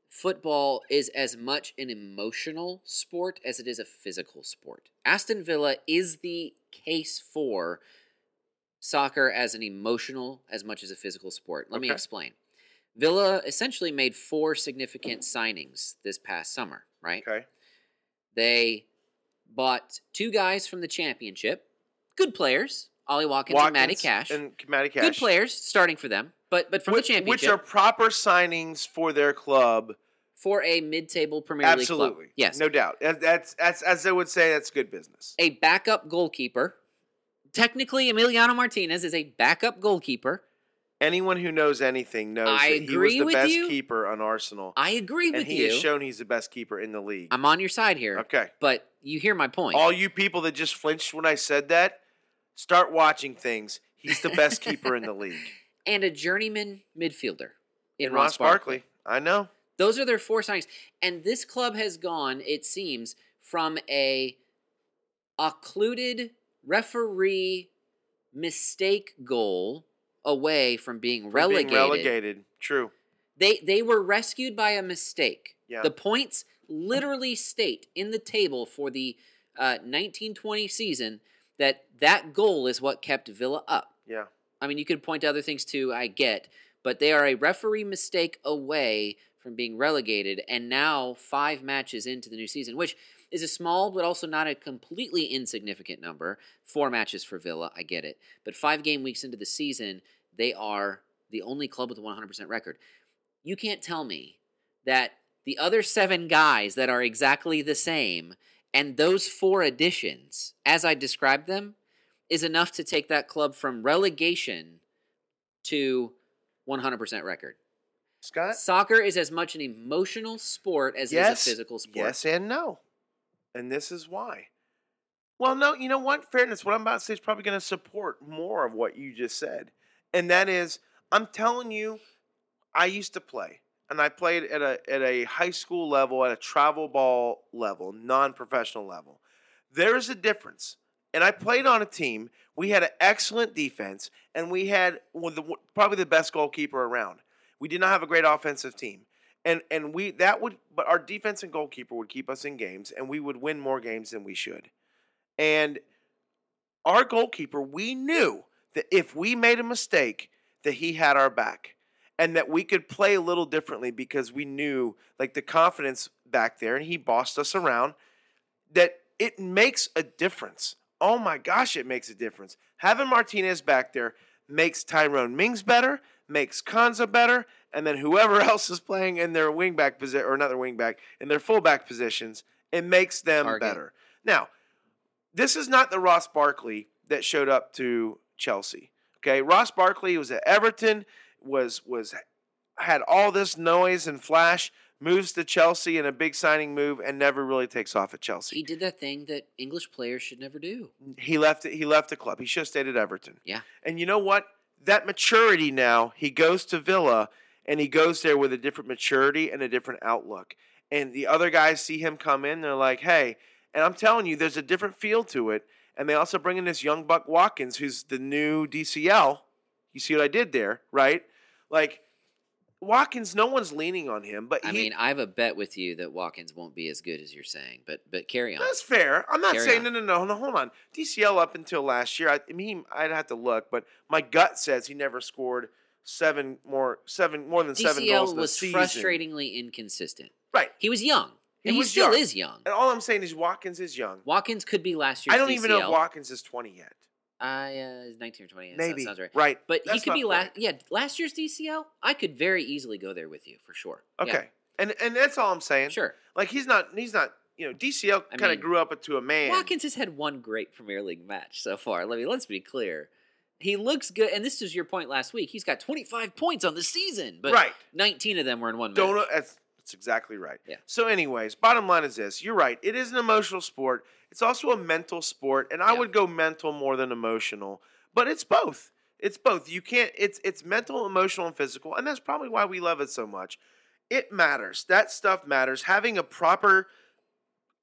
[SPEAKER 3] football is as much an emotional sport as it is a physical sport. Aston Villa is the case for soccer as an emotional as much as a physical sport. Let me
[SPEAKER 2] Okay.
[SPEAKER 3] explain. Villa essentially made four significant signings this past summer, right?
[SPEAKER 2] Okay.
[SPEAKER 3] They bought two guys from the championship, good players, Ollie Watkins, and Matty
[SPEAKER 2] Watkins
[SPEAKER 3] Cash
[SPEAKER 2] And Matty Cash.
[SPEAKER 3] good players starting for them, but but from
[SPEAKER 2] which,
[SPEAKER 3] the
[SPEAKER 2] which
[SPEAKER 3] championship
[SPEAKER 2] are proper signings for their club.
[SPEAKER 3] for a mid-table Premier League
[SPEAKER 2] Absolutely.
[SPEAKER 3] club. Yes,
[SPEAKER 2] No doubt. That- That's, that's, as I would say, that's good business.
[SPEAKER 3] a backup goalkeeper. Technically, Emiliano Martinez is a backup goalkeeper.
[SPEAKER 2] Anyone who knows anything knows
[SPEAKER 3] I
[SPEAKER 2] that he was
[SPEAKER 3] agree
[SPEAKER 2] the
[SPEAKER 3] with
[SPEAKER 2] best
[SPEAKER 3] you.
[SPEAKER 2] keeper on Arsenal.
[SPEAKER 3] I agree
[SPEAKER 2] and
[SPEAKER 3] with
[SPEAKER 2] he
[SPEAKER 3] you.
[SPEAKER 2] has shown he's the best keeper in the league.
[SPEAKER 3] I'm on your side here,
[SPEAKER 2] okay.
[SPEAKER 3] but you hear my point.
[SPEAKER 2] All you people that just flinched when I said that, start watching things. He's the best keeper in the league.
[SPEAKER 3] and a journeyman midfielder in,
[SPEAKER 2] And Ross
[SPEAKER 3] Barkley.
[SPEAKER 2] Barkley. I know.
[SPEAKER 3] Those are their four signings. And this club has gone, it seems, from a occluded referee mistake goal away from being,
[SPEAKER 2] for being
[SPEAKER 3] relegated.
[SPEAKER 2] relegated. True.
[SPEAKER 3] They they were rescued by a mistake.
[SPEAKER 2] Yeah.
[SPEAKER 3] The points literally state in the table for the uh, 1920 season that that goal is what kept Villa up.
[SPEAKER 2] Yeah.
[SPEAKER 3] I mean, you could point to other things too, I get, but they are a referee mistake away from being relegated, and now five matches into the new season, which is a small but also not a completely insignificant number. Four matches for Villa, I get it. But five game weeks into the season, they are the only club with a 100% record. You can't tell me that the other seven guys that are exactly the same and those four additions, as I described them, is enough to take that club from relegation to 100% record.
[SPEAKER 2] Scott?
[SPEAKER 3] Soccer is as much an emotional sport as it is a physical sport.
[SPEAKER 2] Yes and no. And this is why. Well, no, you know what? Fairness, what I'm about to say is probably going to support more of what you just said. And that is, I'm telling you, I used to play. And I played at a at a high school level, at a travel ball level, non-professional level. There is a difference. And I played on a team. We had an excellent defense, and we had one of the, probably the best goalkeeper around. We did not have a great offensive team and and we that would but our defense and goalkeeper would keep us in games and we would win more games than we should and our goalkeeper we knew that if we made a mistake that he had our back and that we could play a little differently because we knew like the confidence back there and he bossed us around that it makes a difference oh my gosh it makes a difference having martinez back there makes tyrone mings better makes Konza better and then whoever else is playing in their wingback position or not their wingback in their fullback positions, it makes them
[SPEAKER 3] Target.
[SPEAKER 2] better. Now, this is not the Ross Barkley that showed up to Chelsea. Okay, Ross Barkley was at Everton, was was had all this noise and flash, moves to Chelsea in a big signing move, and never really takes off at
[SPEAKER 3] He
[SPEAKER 2] Chelsea.
[SPEAKER 3] did that thing that English players should never do.
[SPEAKER 2] He left. He left the club. He should have stayed at Everton.
[SPEAKER 3] Yeah.
[SPEAKER 2] And you know what? That maturity now, he goes to Villa and he goes there with a different maturity and a different outlook. And the other guys see him come in, they're like, hey, and I'm telling you, there's a different feel to it. And they also bring in this young Buck Watkins, who's the new DCL. You see what I did there, right? Like, Watkins, no one's leaning on him, but
[SPEAKER 3] I
[SPEAKER 2] he,
[SPEAKER 3] mean, I have a bet with you that Watkins won't be as good as you're saying, but but carry on.
[SPEAKER 2] That's fair. I'm not
[SPEAKER 3] Carry
[SPEAKER 2] saying
[SPEAKER 3] on.
[SPEAKER 2] no, no, no, no. Hold on. DCL up until last year. I, I mean, I'd have to look, but my gut says he never scored seven more, seven more than seven goals
[SPEAKER 3] DCL
[SPEAKER 2] in a
[SPEAKER 3] was
[SPEAKER 2] season.
[SPEAKER 3] frustratingly inconsistent.
[SPEAKER 2] Right.
[SPEAKER 3] He was young,
[SPEAKER 2] He
[SPEAKER 3] and he
[SPEAKER 2] was
[SPEAKER 3] still
[SPEAKER 2] young.
[SPEAKER 3] is young.
[SPEAKER 2] And all I'm saying is Watkins is young.
[SPEAKER 3] Watkins could be last year's
[SPEAKER 2] I don't even know if
[SPEAKER 3] DCL.
[SPEAKER 2] Watkins is 20 yet.
[SPEAKER 3] I uh, is 19 or 20. that
[SPEAKER 2] Maybe.
[SPEAKER 3] sounds right. But he
[SPEAKER 2] That's
[SPEAKER 3] could
[SPEAKER 2] my
[SPEAKER 3] be
[SPEAKER 2] point.
[SPEAKER 3] last. Yeah, last year's DCL, I could very easily go there with you for sure. Yeah,
[SPEAKER 2] Okay. And and that's all I'm saying.
[SPEAKER 3] sure.
[SPEAKER 2] Like he's not he's not you know DCL
[SPEAKER 3] I
[SPEAKER 2] kind of
[SPEAKER 3] mean,
[SPEAKER 2] grew up to a man.
[SPEAKER 3] Watkins has had one great Premier League match so far. Let me let's be clear. He looks good, and this was your point last week. He's got 25 points on the season, but
[SPEAKER 2] right.
[SPEAKER 3] 19 of them were in one match.
[SPEAKER 2] Don't that's, That's exactly right.
[SPEAKER 3] Yeah.
[SPEAKER 2] So, anyways, bottom line is this: you're right. It is an emotional sport. It's also a mental sport, and I
[SPEAKER 3] Yeah.
[SPEAKER 2] would go mental more than emotional, but it's both. It's both. You can't. It's it's mental, emotional, and physical, and that's probably why we love it so much. It matters. That stuff matters. Having a proper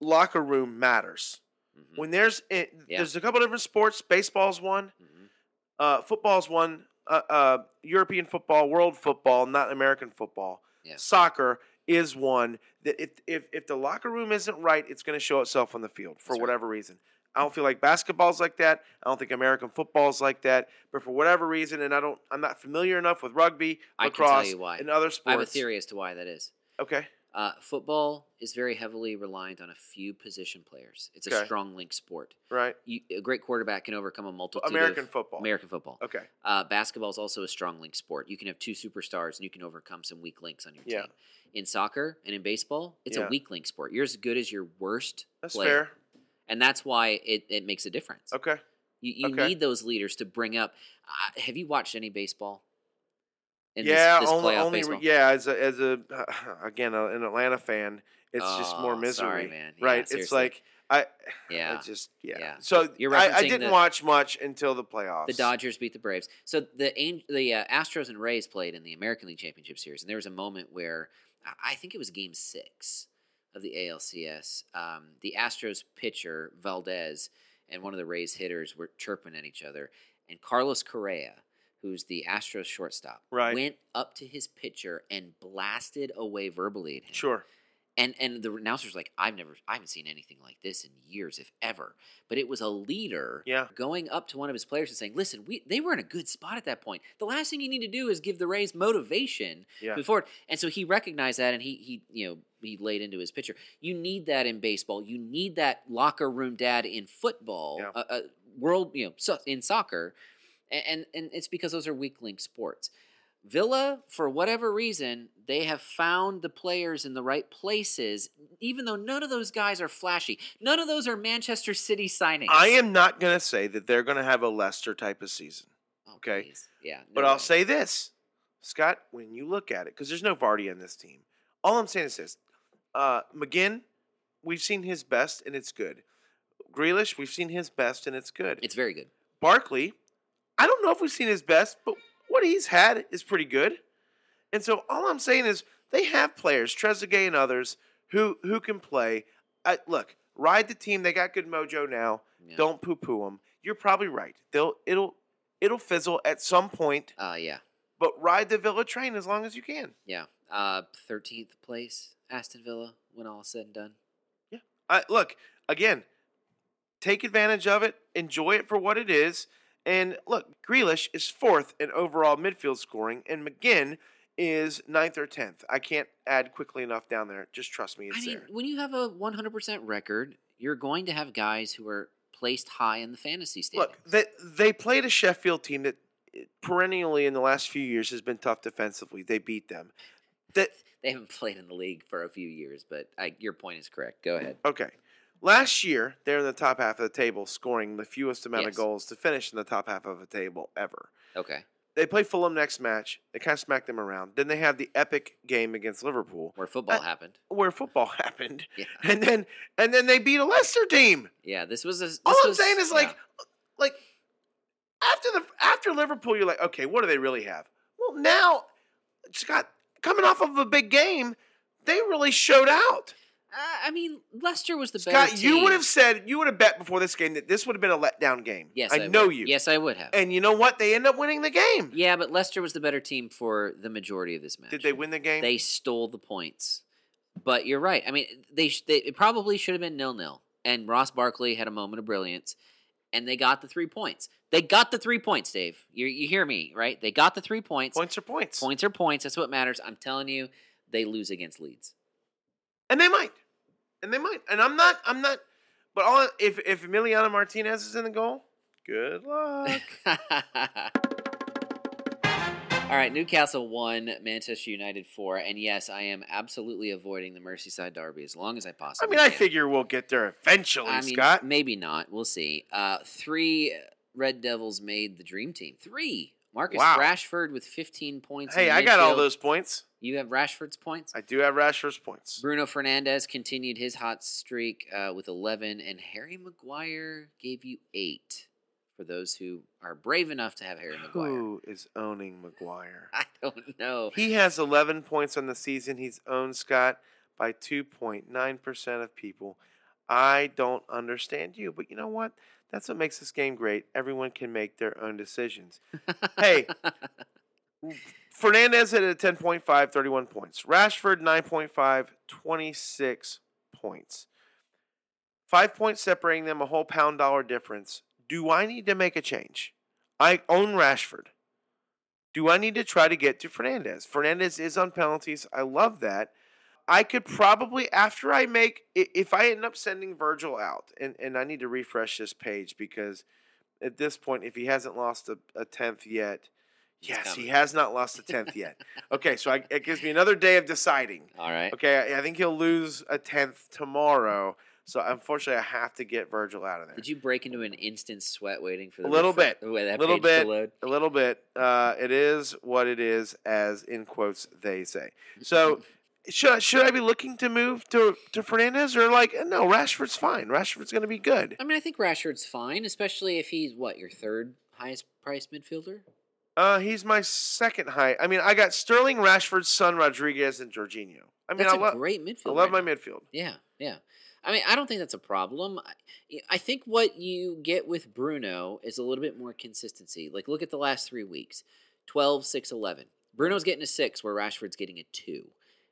[SPEAKER 2] locker room matters.
[SPEAKER 3] Mhm.
[SPEAKER 2] When there's it,
[SPEAKER 3] Yeah.
[SPEAKER 2] there's a couple different sports. Baseball's one.
[SPEAKER 3] Mhm.
[SPEAKER 2] Uh, football's one. Uh, uh, European football, world football, not American football.
[SPEAKER 3] Yeah.
[SPEAKER 2] Soccer is one that if, if if the locker room isn't right, it's going to show itself on the field for
[SPEAKER 3] That's right.
[SPEAKER 2] whatever reason. I don't feel like basketball's like that. I don't think American football's like that. But for whatever reason, and I don't, I'm not familiar enough with rugby,
[SPEAKER 3] I can tell
[SPEAKER 2] lacrosse,
[SPEAKER 3] you why.
[SPEAKER 2] and other sports.
[SPEAKER 3] I have a theory as to why that is.
[SPEAKER 2] Okay.
[SPEAKER 3] Uh, football is very heavily reliant on a few position players. It's a
[SPEAKER 2] Okay.
[SPEAKER 3] strong link sport.
[SPEAKER 2] Right.
[SPEAKER 3] You, a great quarterback can overcome a multitude.
[SPEAKER 2] American
[SPEAKER 3] of
[SPEAKER 2] football.
[SPEAKER 3] American football.
[SPEAKER 2] Okay.
[SPEAKER 3] Uh, basketball is also a strong link sport. You can have two superstars and you can overcome some weak links on your
[SPEAKER 2] Yeah.
[SPEAKER 3] team. In soccer and in baseball, it's
[SPEAKER 2] Yeah.
[SPEAKER 3] a weak link sport. You're as good as your worst
[SPEAKER 2] That's
[SPEAKER 3] player.
[SPEAKER 2] fair.
[SPEAKER 3] And that's why it, it makes a difference.
[SPEAKER 2] Okay.
[SPEAKER 3] You, you
[SPEAKER 2] okay.
[SPEAKER 3] need those leaders to bring up. Uh, have you watched any baseball? In this-
[SPEAKER 2] yeah,
[SPEAKER 3] this
[SPEAKER 2] only,
[SPEAKER 3] playoff
[SPEAKER 2] only re-
[SPEAKER 3] baseball?
[SPEAKER 2] yeah. As a, as a again a, an Atlanta fan, it's just more
[SPEAKER 3] Oh,
[SPEAKER 2] misery,
[SPEAKER 3] sorry, man. Yeah,
[SPEAKER 2] right? It's
[SPEAKER 3] seriously.
[SPEAKER 2] like I,
[SPEAKER 3] Yeah.
[SPEAKER 2] I just yeah.
[SPEAKER 3] Yeah.
[SPEAKER 2] So
[SPEAKER 3] You're
[SPEAKER 2] I, I
[SPEAKER 3] referencing
[SPEAKER 2] didn't
[SPEAKER 3] the-
[SPEAKER 2] watch much until the playoffs.
[SPEAKER 3] The Dodgers beat the Braves. So the Ang- the uh, Astros and Rays played in the American League Championship Series, and there was a moment where I- I think it was Game Six of the ALCS. Um, the Astros pitcher Valdez and one of the Rays hitters were chirping at each other, and Carlos Correa, who's the Astros shortstop,
[SPEAKER 2] Right.
[SPEAKER 3] went up to his pitcher and blasted away verbally at him.
[SPEAKER 2] Sure.
[SPEAKER 3] And and the announcer's like, I've never, I haven't seen anything like this in years, if ever. But it was a leader,
[SPEAKER 2] Yeah.
[SPEAKER 3] going up to one of his players and saying, "Listen, we they were in a good spot at that point. The last thing you need to do is give the Rays motivation
[SPEAKER 2] Yeah.
[SPEAKER 3] to move forward." And so he recognized that, and he he you know he laid into his pitcher. You need that in baseball. You need that locker room dad in football,
[SPEAKER 2] Yeah.
[SPEAKER 3] uh, uh, world you know so, in soccer, and, and and it's because those are weak link sports. Villa, for whatever reason, they have found the players in the right places, even though none of those guys are flashy. None of those are Manchester City signings.
[SPEAKER 2] I am not going to say that they're going to have a Lester type of season,
[SPEAKER 3] Oh,
[SPEAKER 2] okay.
[SPEAKER 3] please. Yeah.
[SPEAKER 2] but
[SPEAKER 3] no
[SPEAKER 2] I'll
[SPEAKER 3] way.
[SPEAKER 2] say this, Scott, when you look at it, because there's no Vardy on this team. All I'm saying is this: uh, McGinn, we've seen his best and it's good. Grealish, we've seen his best and it's good.
[SPEAKER 3] it's very good.
[SPEAKER 2] Barkley, I don't know if we've seen his best, but what he's had is pretty good. And so all I'm saying is they have players, Trezeguet and others, who who can play. I, look, ride the team. They got good mojo now.
[SPEAKER 3] Yeah.
[SPEAKER 2] Don't poo poo them. You're probably right. They'll it'll it'll fizzle at some point,
[SPEAKER 3] Uh, yeah.
[SPEAKER 2] but ride the Villa train as long as you can.
[SPEAKER 3] Yeah. Uh, 13th place, Aston Villa, when all is said and done.
[SPEAKER 2] I, look again. Take advantage of it. Enjoy it for what it is. And look, Grealish is fourth in overall midfield scoring, and McGinn is ninth or tenth. I can't add quickly enough down there. Just trust me, it's
[SPEAKER 3] I mean,
[SPEAKER 2] there.
[SPEAKER 3] when you have a 100% record, you're going to have guys who are placed high in the fantasy standings.
[SPEAKER 2] Look, they they played a Sheffield team that eh, perennially in the last few years has been tough defensively. They beat them. That
[SPEAKER 3] They haven't played in the league for a few years, but I, your point is correct. Go ahead.
[SPEAKER 2] Okay. Last year, they're in the top half of the table, scoring the fewest amount of
[SPEAKER 3] Yes.
[SPEAKER 2] goals to finish in the top half of a table ever.
[SPEAKER 3] Okay.
[SPEAKER 2] They play Fulham next match. They kind of smack them around. Then they have the epic game against Liverpool,
[SPEAKER 3] Where football
[SPEAKER 2] Uh,
[SPEAKER 3] happened.
[SPEAKER 2] where football happened,
[SPEAKER 3] Yeah.
[SPEAKER 2] and then and then they beat a Leicester team.
[SPEAKER 3] Yeah, this was a. This
[SPEAKER 2] All I'm
[SPEAKER 3] was-
[SPEAKER 2] saying is like,
[SPEAKER 3] yeah.
[SPEAKER 2] like after the after Liverpool, you're like, okay, what do they really have? Well, now Scott coming off of a big game, they really showed out.
[SPEAKER 3] Uh, I mean, Leicester was the better
[SPEAKER 2] Scott, you would
[SPEAKER 3] team.
[SPEAKER 2] have said you would have bet before this game that this would have been a letdown game.
[SPEAKER 3] Yes,
[SPEAKER 2] I,
[SPEAKER 3] would.
[SPEAKER 2] know you.
[SPEAKER 3] Yes, I would have.
[SPEAKER 2] and you know what? They end up winning the game.
[SPEAKER 3] yeah, but Leicester was the better team for the majority of this match.
[SPEAKER 2] Did they win the game?
[SPEAKER 3] They stole the points. But you're right. I mean, they, sh- they it probably should have been nil nil. And Ross Barkley had a moment of brilliance, and they got the three points. They got the three points, Dave. You you hear me, right? They got the three points.
[SPEAKER 2] points are points.
[SPEAKER 3] Points are points. That's what matters. I'm telling you, they lose against Leeds.
[SPEAKER 2] And they might. And they might. And I'm not. I'm not. But all if if Emiliano Martinez is in the goal, good luck.
[SPEAKER 3] All right, Newcastle won, Manchester United four, and yes, I am absolutely avoiding the Merseyside derby as long as I
[SPEAKER 2] I
[SPEAKER 3] possibly.
[SPEAKER 2] mean, I
[SPEAKER 3] can.
[SPEAKER 2] figure we'll get there eventually,
[SPEAKER 3] I mean,
[SPEAKER 2] Scott.
[SPEAKER 3] maybe not. We'll see. Uh, three Red Devils made the dream team. Three Marcus
[SPEAKER 2] Wow.
[SPEAKER 3] Rashford with 15 points. in
[SPEAKER 2] Hey,
[SPEAKER 3] the
[SPEAKER 2] I got all
[SPEAKER 3] midfield.
[SPEAKER 2] those points.
[SPEAKER 3] You have Rashford's points.
[SPEAKER 2] I do have Rashford's points.
[SPEAKER 3] Bruno Fernandez continued his hot streak uh, with 11, and Harry Maguire gave you eight. For those who are brave enough to have Harry Maguire,
[SPEAKER 2] Who is owning Maguire?
[SPEAKER 3] I don't know.
[SPEAKER 2] He has 11 points on the season. He's owned Scott by 2.9% of people. I don't understand you, but you know what? That's what makes this game great. Everyone can make their own decisions. Hey, Fernandez hit at 10.5, 31 points. Rashford, 9.5, 26 points. Five points separating them, a whole pound dollar difference. Do I need to make a change? I own Rashford. Do I need to try to get to Fernandez? Fernandez is on penalties. I love that. I could probably, after I make, i- if I end up sending Virgil out, and, and I need to refresh this page because at this point, if he hasn't lost a, a tenth yet, yes, he
[SPEAKER 3] coming.
[SPEAKER 2] has not lost a tenth yet. Okay, so I, it gives me another day of deciding.
[SPEAKER 3] all right.
[SPEAKER 2] Okay, I, I think he'll lose a tenth tomorrow. So unfortunately, I have to get Virgil out of there.
[SPEAKER 3] Did you break into an instant sweat waiting for the
[SPEAKER 2] A little
[SPEAKER 3] refer-
[SPEAKER 2] bit.
[SPEAKER 3] wa- that
[SPEAKER 2] Little
[SPEAKER 3] page to
[SPEAKER 2] bit.
[SPEAKER 3] load?
[SPEAKER 2] a little bit. Uh, it is what it is, as in quotes they say. So should I, should I be looking to move to to Fernandez or like uh, no Rashford's fine. Rashford's going to be good.
[SPEAKER 3] I mean, I think Rashford's fine, especially if he's what your third highest priced midfielder.
[SPEAKER 2] Uh, he's my second high. I mean, I got Sterling, Rashford's son, Rodriguez, and Jorginho. I mean,
[SPEAKER 3] That's
[SPEAKER 2] I
[SPEAKER 3] a
[SPEAKER 2] love
[SPEAKER 3] great midfield.
[SPEAKER 2] I love
[SPEAKER 3] right
[SPEAKER 2] my
[SPEAKER 3] now.
[SPEAKER 2] midfield.
[SPEAKER 3] Yeah, yeah. I mean, I don't think that's a problem. I, I think what you get with Bruno is a little bit more consistency. Like, look at the last three weeks 12, 6, 11. Bruno's getting a six, where Rashford's getting a two.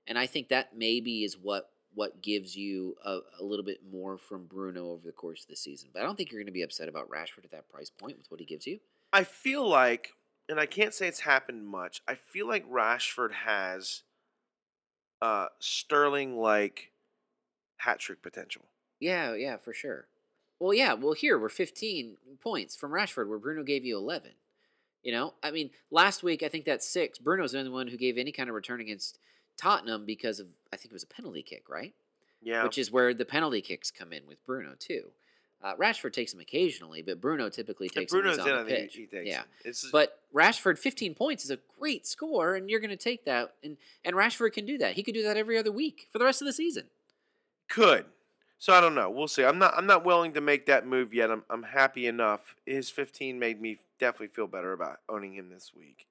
[SPEAKER 3] And I think that maybe is what what gives you a, a little bit more from Bruno over the course of the season. But I don't think you're going to be upset about Rashford at that price point with what he gives you.
[SPEAKER 2] I feel like, and I can't say it's happened much. I feel like Rashford has uh, Sterling like hat trick potential.
[SPEAKER 3] Yeah, yeah, for sure. Well, yeah, well, here we're 15 points from Rashford, where Bruno gave you 11. You know, I mean, last week I think that's six. Bruno's the only one who gave any kind of return against Tottenham because of I think it was a penalty kick, right?
[SPEAKER 2] Yeah,
[SPEAKER 3] Which is where the penalty kicks come in with Bruno too. Uh, Rashford takes them occasionally, but Bruno typically
[SPEAKER 2] If
[SPEAKER 3] takes them when he's
[SPEAKER 2] in,
[SPEAKER 3] on
[SPEAKER 2] I
[SPEAKER 3] the
[SPEAKER 2] think
[SPEAKER 3] pitch.
[SPEAKER 2] he- he takes
[SPEAKER 3] yeah,
[SPEAKER 2] it. It's-
[SPEAKER 3] but Rashford, 15 points is a great score, and you're going to take that. And and Rashford can do that. He could do that every other week for the rest of the season.
[SPEAKER 2] could. So I don't know. We'll see. I'm not. I'm not willing to make that move yet. I'm. I'm happy enough. His 15 made me definitely feel better about owning him this week.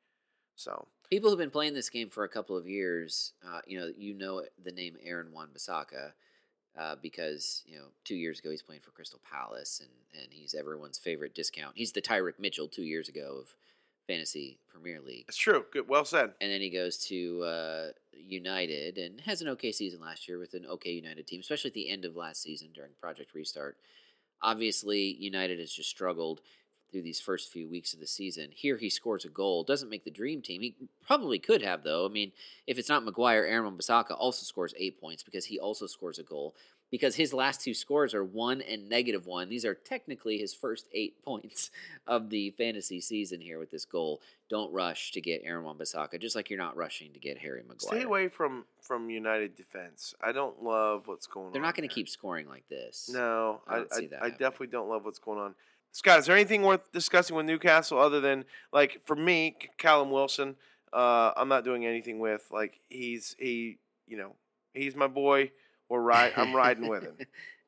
[SPEAKER 2] So
[SPEAKER 3] People who've been playing this game for a couple of years, uh, you know, you know the name Aaron Juan Bissaka uh, because you know two years ago he's playing for Crystal Palace and and he's everyone's favorite discount. He's the Tyrick Mitchell two years ago of fantasy Premier League,
[SPEAKER 2] it's true. Good. Well said.
[SPEAKER 3] and then he goes to uh, United and has an okay season last year with an okay United team, especially at the end of last season during Project Restart. Obviously, United has just struggled through these first few weeks of the season. Here he scores a goal, doesn't make the dream team. He probably could have though. I mean, if it's not Maguire, Aaron Bissaka also scores eight points because he also scores a goal. Because his last two scores are one and negative one. These are technically his first eight points of the fantasy season here with this goal. Don't rush to get Aaron Wan Bissaka, just like you're not rushing to get Harry Maguire.
[SPEAKER 2] Stay away from from United defense. I don't love what's going on.
[SPEAKER 3] They're not going to
[SPEAKER 2] there.
[SPEAKER 3] keep scoring like this.
[SPEAKER 2] No,
[SPEAKER 3] I
[SPEAKER 2] I,
[SPEAKER 3] don't
[SPEAKER 2] I,
[SPEAKER 3] see that
[SPEAKER 2] I
[SPEAKER 3] happening.
[SPEAKER 2] definitely don't love what's going on. Scott, is there anything worth discussing with Newcastle other than like for me, C- Callum Wilson? Uh, I'm not doing anything with like he's he, you know, he's my boy. We're right. I'm riding with him.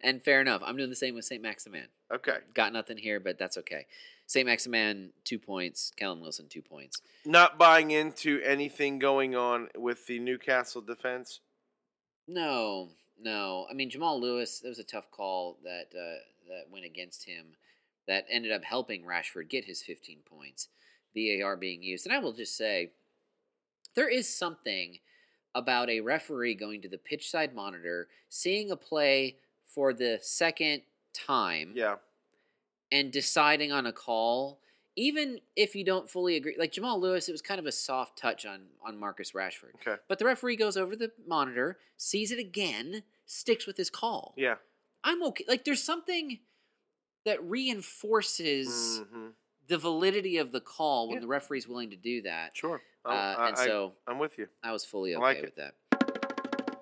[SPEAKER 3] and fair enough. I'm doing the same with St. Maximan.
[SPEAKER 2] Okay,
[SPEAKER 3] Got nothing here, but that's okay. St. Maximan, two points. Callum Wilson, two points.
[SPEAKER 2] not buying into anything going on with the Newcastle defense.
[SPEAKER 3] No, no. I mean, Jamal Lewis, that was a tough call that uh, that went against him that ended up helping Rashford get his 15 points. VAR being used. And I will just say, there is something about a referee going to the pitch side monitor, seeing a play for the second time,
[SPEAKER 2] Yeah,
[SPEAKER 3] and deciding on a call, even if you don't fully agree. Like Jamal Lewis, it was kind of a soft touch on on Marcus Rashford.
[SPEAKER 2] Okay.
[SPEAKER 3] But the referee goes over the monitor, sees it again, sticks with his call.
[SPEAKER 2] yeah.
[SPEAKER 3] I'm okay. Like there's something that reinforces
[SPEAKER 2] Mhm.
[SPEAKER 3] the validity of the call when
[SPEAKER 2] Yeah.
[SPEAKER 3] the referee's willing to do that.
[SPEAKER 2] Sure.
[SPEAKER 3] Uh,
[SPEAKER 2] I'm- I,
[SPEAKER 3] and so
[SPEAKER 2] I, am with you.
[SPEAKER 3] I was fully
[SPEAKER 2] I
[SPEAKER 3] okay
[SPEAKER 2] like it.
[SPEAKER 3] with that.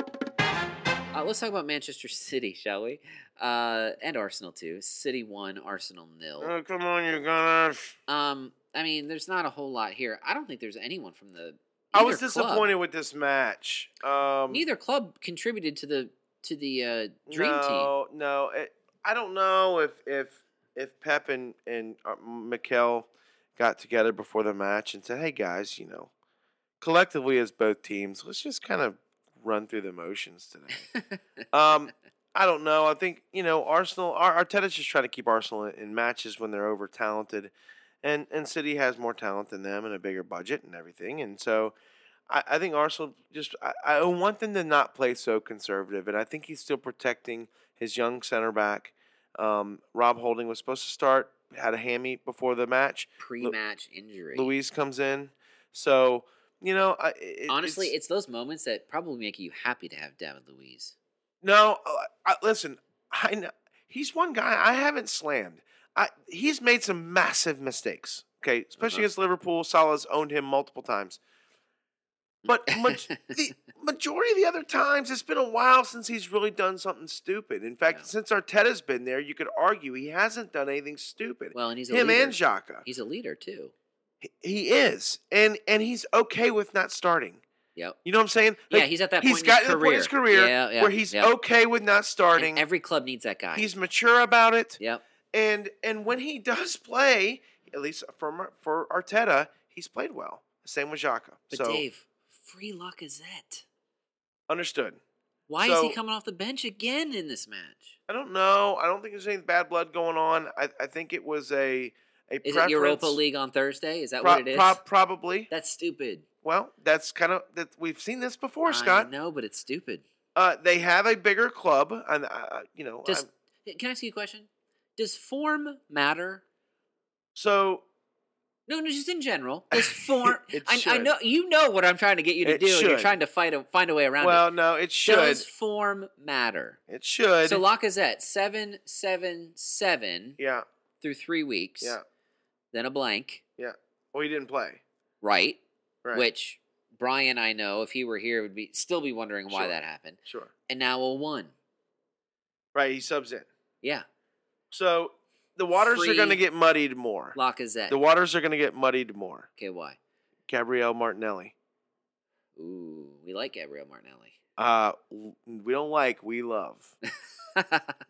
[SPEAKER 3] Uh, let's talk about Manchester City, shall we? Uh, and Arsenal too. City one, Arsenal nil.
[SPEAKER 2] Oh, come on, you guys.
[SPEAKER 3] Um, I mean, there's not a whole lot here. I don't think there's anyone from the.
[SPEAKER 2] I
[SPEAKER 3] either
[SPEAKER 2] was
[SPEAKER 3] club.
[SPEAKER 2] disappointed with this match. Um,
[SPEAKER 3] Neither club contributed to the to the uh, dream team.
[SPEAKER 2] no, No, it, I don't know if if if Pep and and uh, Mikel got together before the match and said, "Hey guys, you know, collectively as both teams, let's just kind of run through the motions today." Um, I don't know. I think you know Arsenal. Ar- Arteta's just trying to keep Arsenal in, in matches when they're over talented, and and City has more talent than them and a bigger budget and everything. And so, I, I think Arsenal just I, I want them to not play so conservative, and I think he's still protecting his young center back. Um, Rob Holding was supposed to start, had a hammy before the match.
[SPEAKER 3] Pre-match injury.
[SPEAKER 2] Louise comes in, so you know. I, it,
[SPEAKER 3] Honestly, it's, those moments that probably make you happy to have David Luiz.
[SPEAKER 2] No, uh, I, listen, I kn- he's one guy I haven't slammed. I, he's made some massive mistakes. Okay, especially
[SPEAKER 3] Uh-huh.
[SPEAKER 2] against Liverpool, Salah's owned him multiple times. But much, the majority of the other times, it's been a while since he's really done something stupid. In fact,
[SPEAKER 3] Yeah.
[SPEAKER 2] since Arteta's been there, you could argue he hasn't done anything stupid.
[SPEAKER 3] Well, and he's a
[SPEAKER 2] him
[SPEAKER 3] leader.
[SPEAKER 2] and Xhaka,
[SPEAKER 3] He's a leader too.
[SPEAKER 2] he, he is, and and he's okay with not starting.
[SPEAKER 3] Yep.
[SPEAKER 2] You know what I'm saying?
[SPEAKER 3] Yeah, he's at that
[SPEAKER 2] he's
[SPEAKER 3] point in his
[SPEAKER 2] gotten to the point in his
[SPEAKER 3] career.
[SPEAKER 2] career
[SPEAKER 3] Yeah, yeah,
[SPEAKER 2] where he's
[SPEAKER 3] yeah.
[SPEAKER 2] okay with not
[SPEAKER 3] And
[SPEAKER 2] starting.
[SPEAKER 3] every club needs that guy.
[SPEAKER 2] He's mature about it,
[SPEAKER 3] yep.
[SPEAKER 2] and and when he does play, at least for Mar- for Arteta, he's played well. Same with Xhaka.
[SPEAKER 3] But
[SPEAKER 2] so
[SPEAKER 3] Dave, free Lacazette.
[SPEAKER 2] understood.
[SPEAKER 3] Why is
[SPEAKER 2] So-
[SPEAKER 3] he coming off the bench again in this match?
[SPEAKER 2] I don't know. I don't think there's any bad blood going on. I, I think it was a a
[SPEAKER 3] Is
[SPEAKER 2] preference.
[SPEAKER 3] it Europa League on Thursday? Is that
[SPEAKER 2] Pro-
[SPEAKER 3] what it is?
[SPEAKER 2] pro- probably.
[SPEAKER 3] That's stupid.
[SPEAKER 2] Well, that's kind of that we've seen this before,
[SPEAKER 3] I
[SPEAKER 2] Scott.
[SPEAKER 3] know, but it's stupid.
[SPEAKER 2] Uh, they have a bigger club, and uh, you know,
[SPEAKER 3] Does
[SPEAKER 2] I'm-
[SPEAKER 3] can I ask you a question? Does form matter?
[SPEAKER 2] so
[SPEAKER 3] No, no, just in general. Does form?
[SPEAKER 2] It
[SPEAKER 3] I, I
[SPEAKER 2] should.
[SPEAKER 3] know you know what I'm trying to get you to
[SPEAKER 2] It
[SPEAKER 3] do, and you're
[SPEAKER 2] should.
[SPEAKER 3] trying to fight a, find a way around
[SPEAKER 2] well,
[SPEAKER 3] it.
[SPEAKER 2] no, it should.
[SPEAKER 3] Does form matter?
[SPEAKER 2] It should.
[SPEAKER 3] So Lacazette seven seven seven
[SPEAKER 2] yeah,
[SPEAKER 3] through three weeks,
[SPEAKER 2] yeah.
[SPEAKER 3] then a blank,
[SPEAKER 2] Well, he didn't play.
[SPEAKER 3] right?
[SPEAKER 2] Right.
[SPEAKER 3] Which Brian, I know, if he were here, would be still be wondering why
[SPEAKER 2] Sure.
[SPEAKER 3] that happened.
[SPEAKER 2] Sure.
[SPEAKER 3] And now a one,
[SPEAKER 2] Right. He subs in.
[SPEAKER 3] yeah,
[SPEAKER 2] So the waters are going to
[SPEAKER 3] Free
[SPEAKER 2] get muddied more.
[SPEAKER 3] Lacazette.
[SPEAKER 2] The waters are going to get muddied more.
[SPEAKER 3] okay, why?
[SPEAKER 2] Gabrielle Martinelli.
[SPEAKER 3] Ooh, we like Gabriel Martinelli.
[SPEAKER 2] Uh, w- we don't like, we love.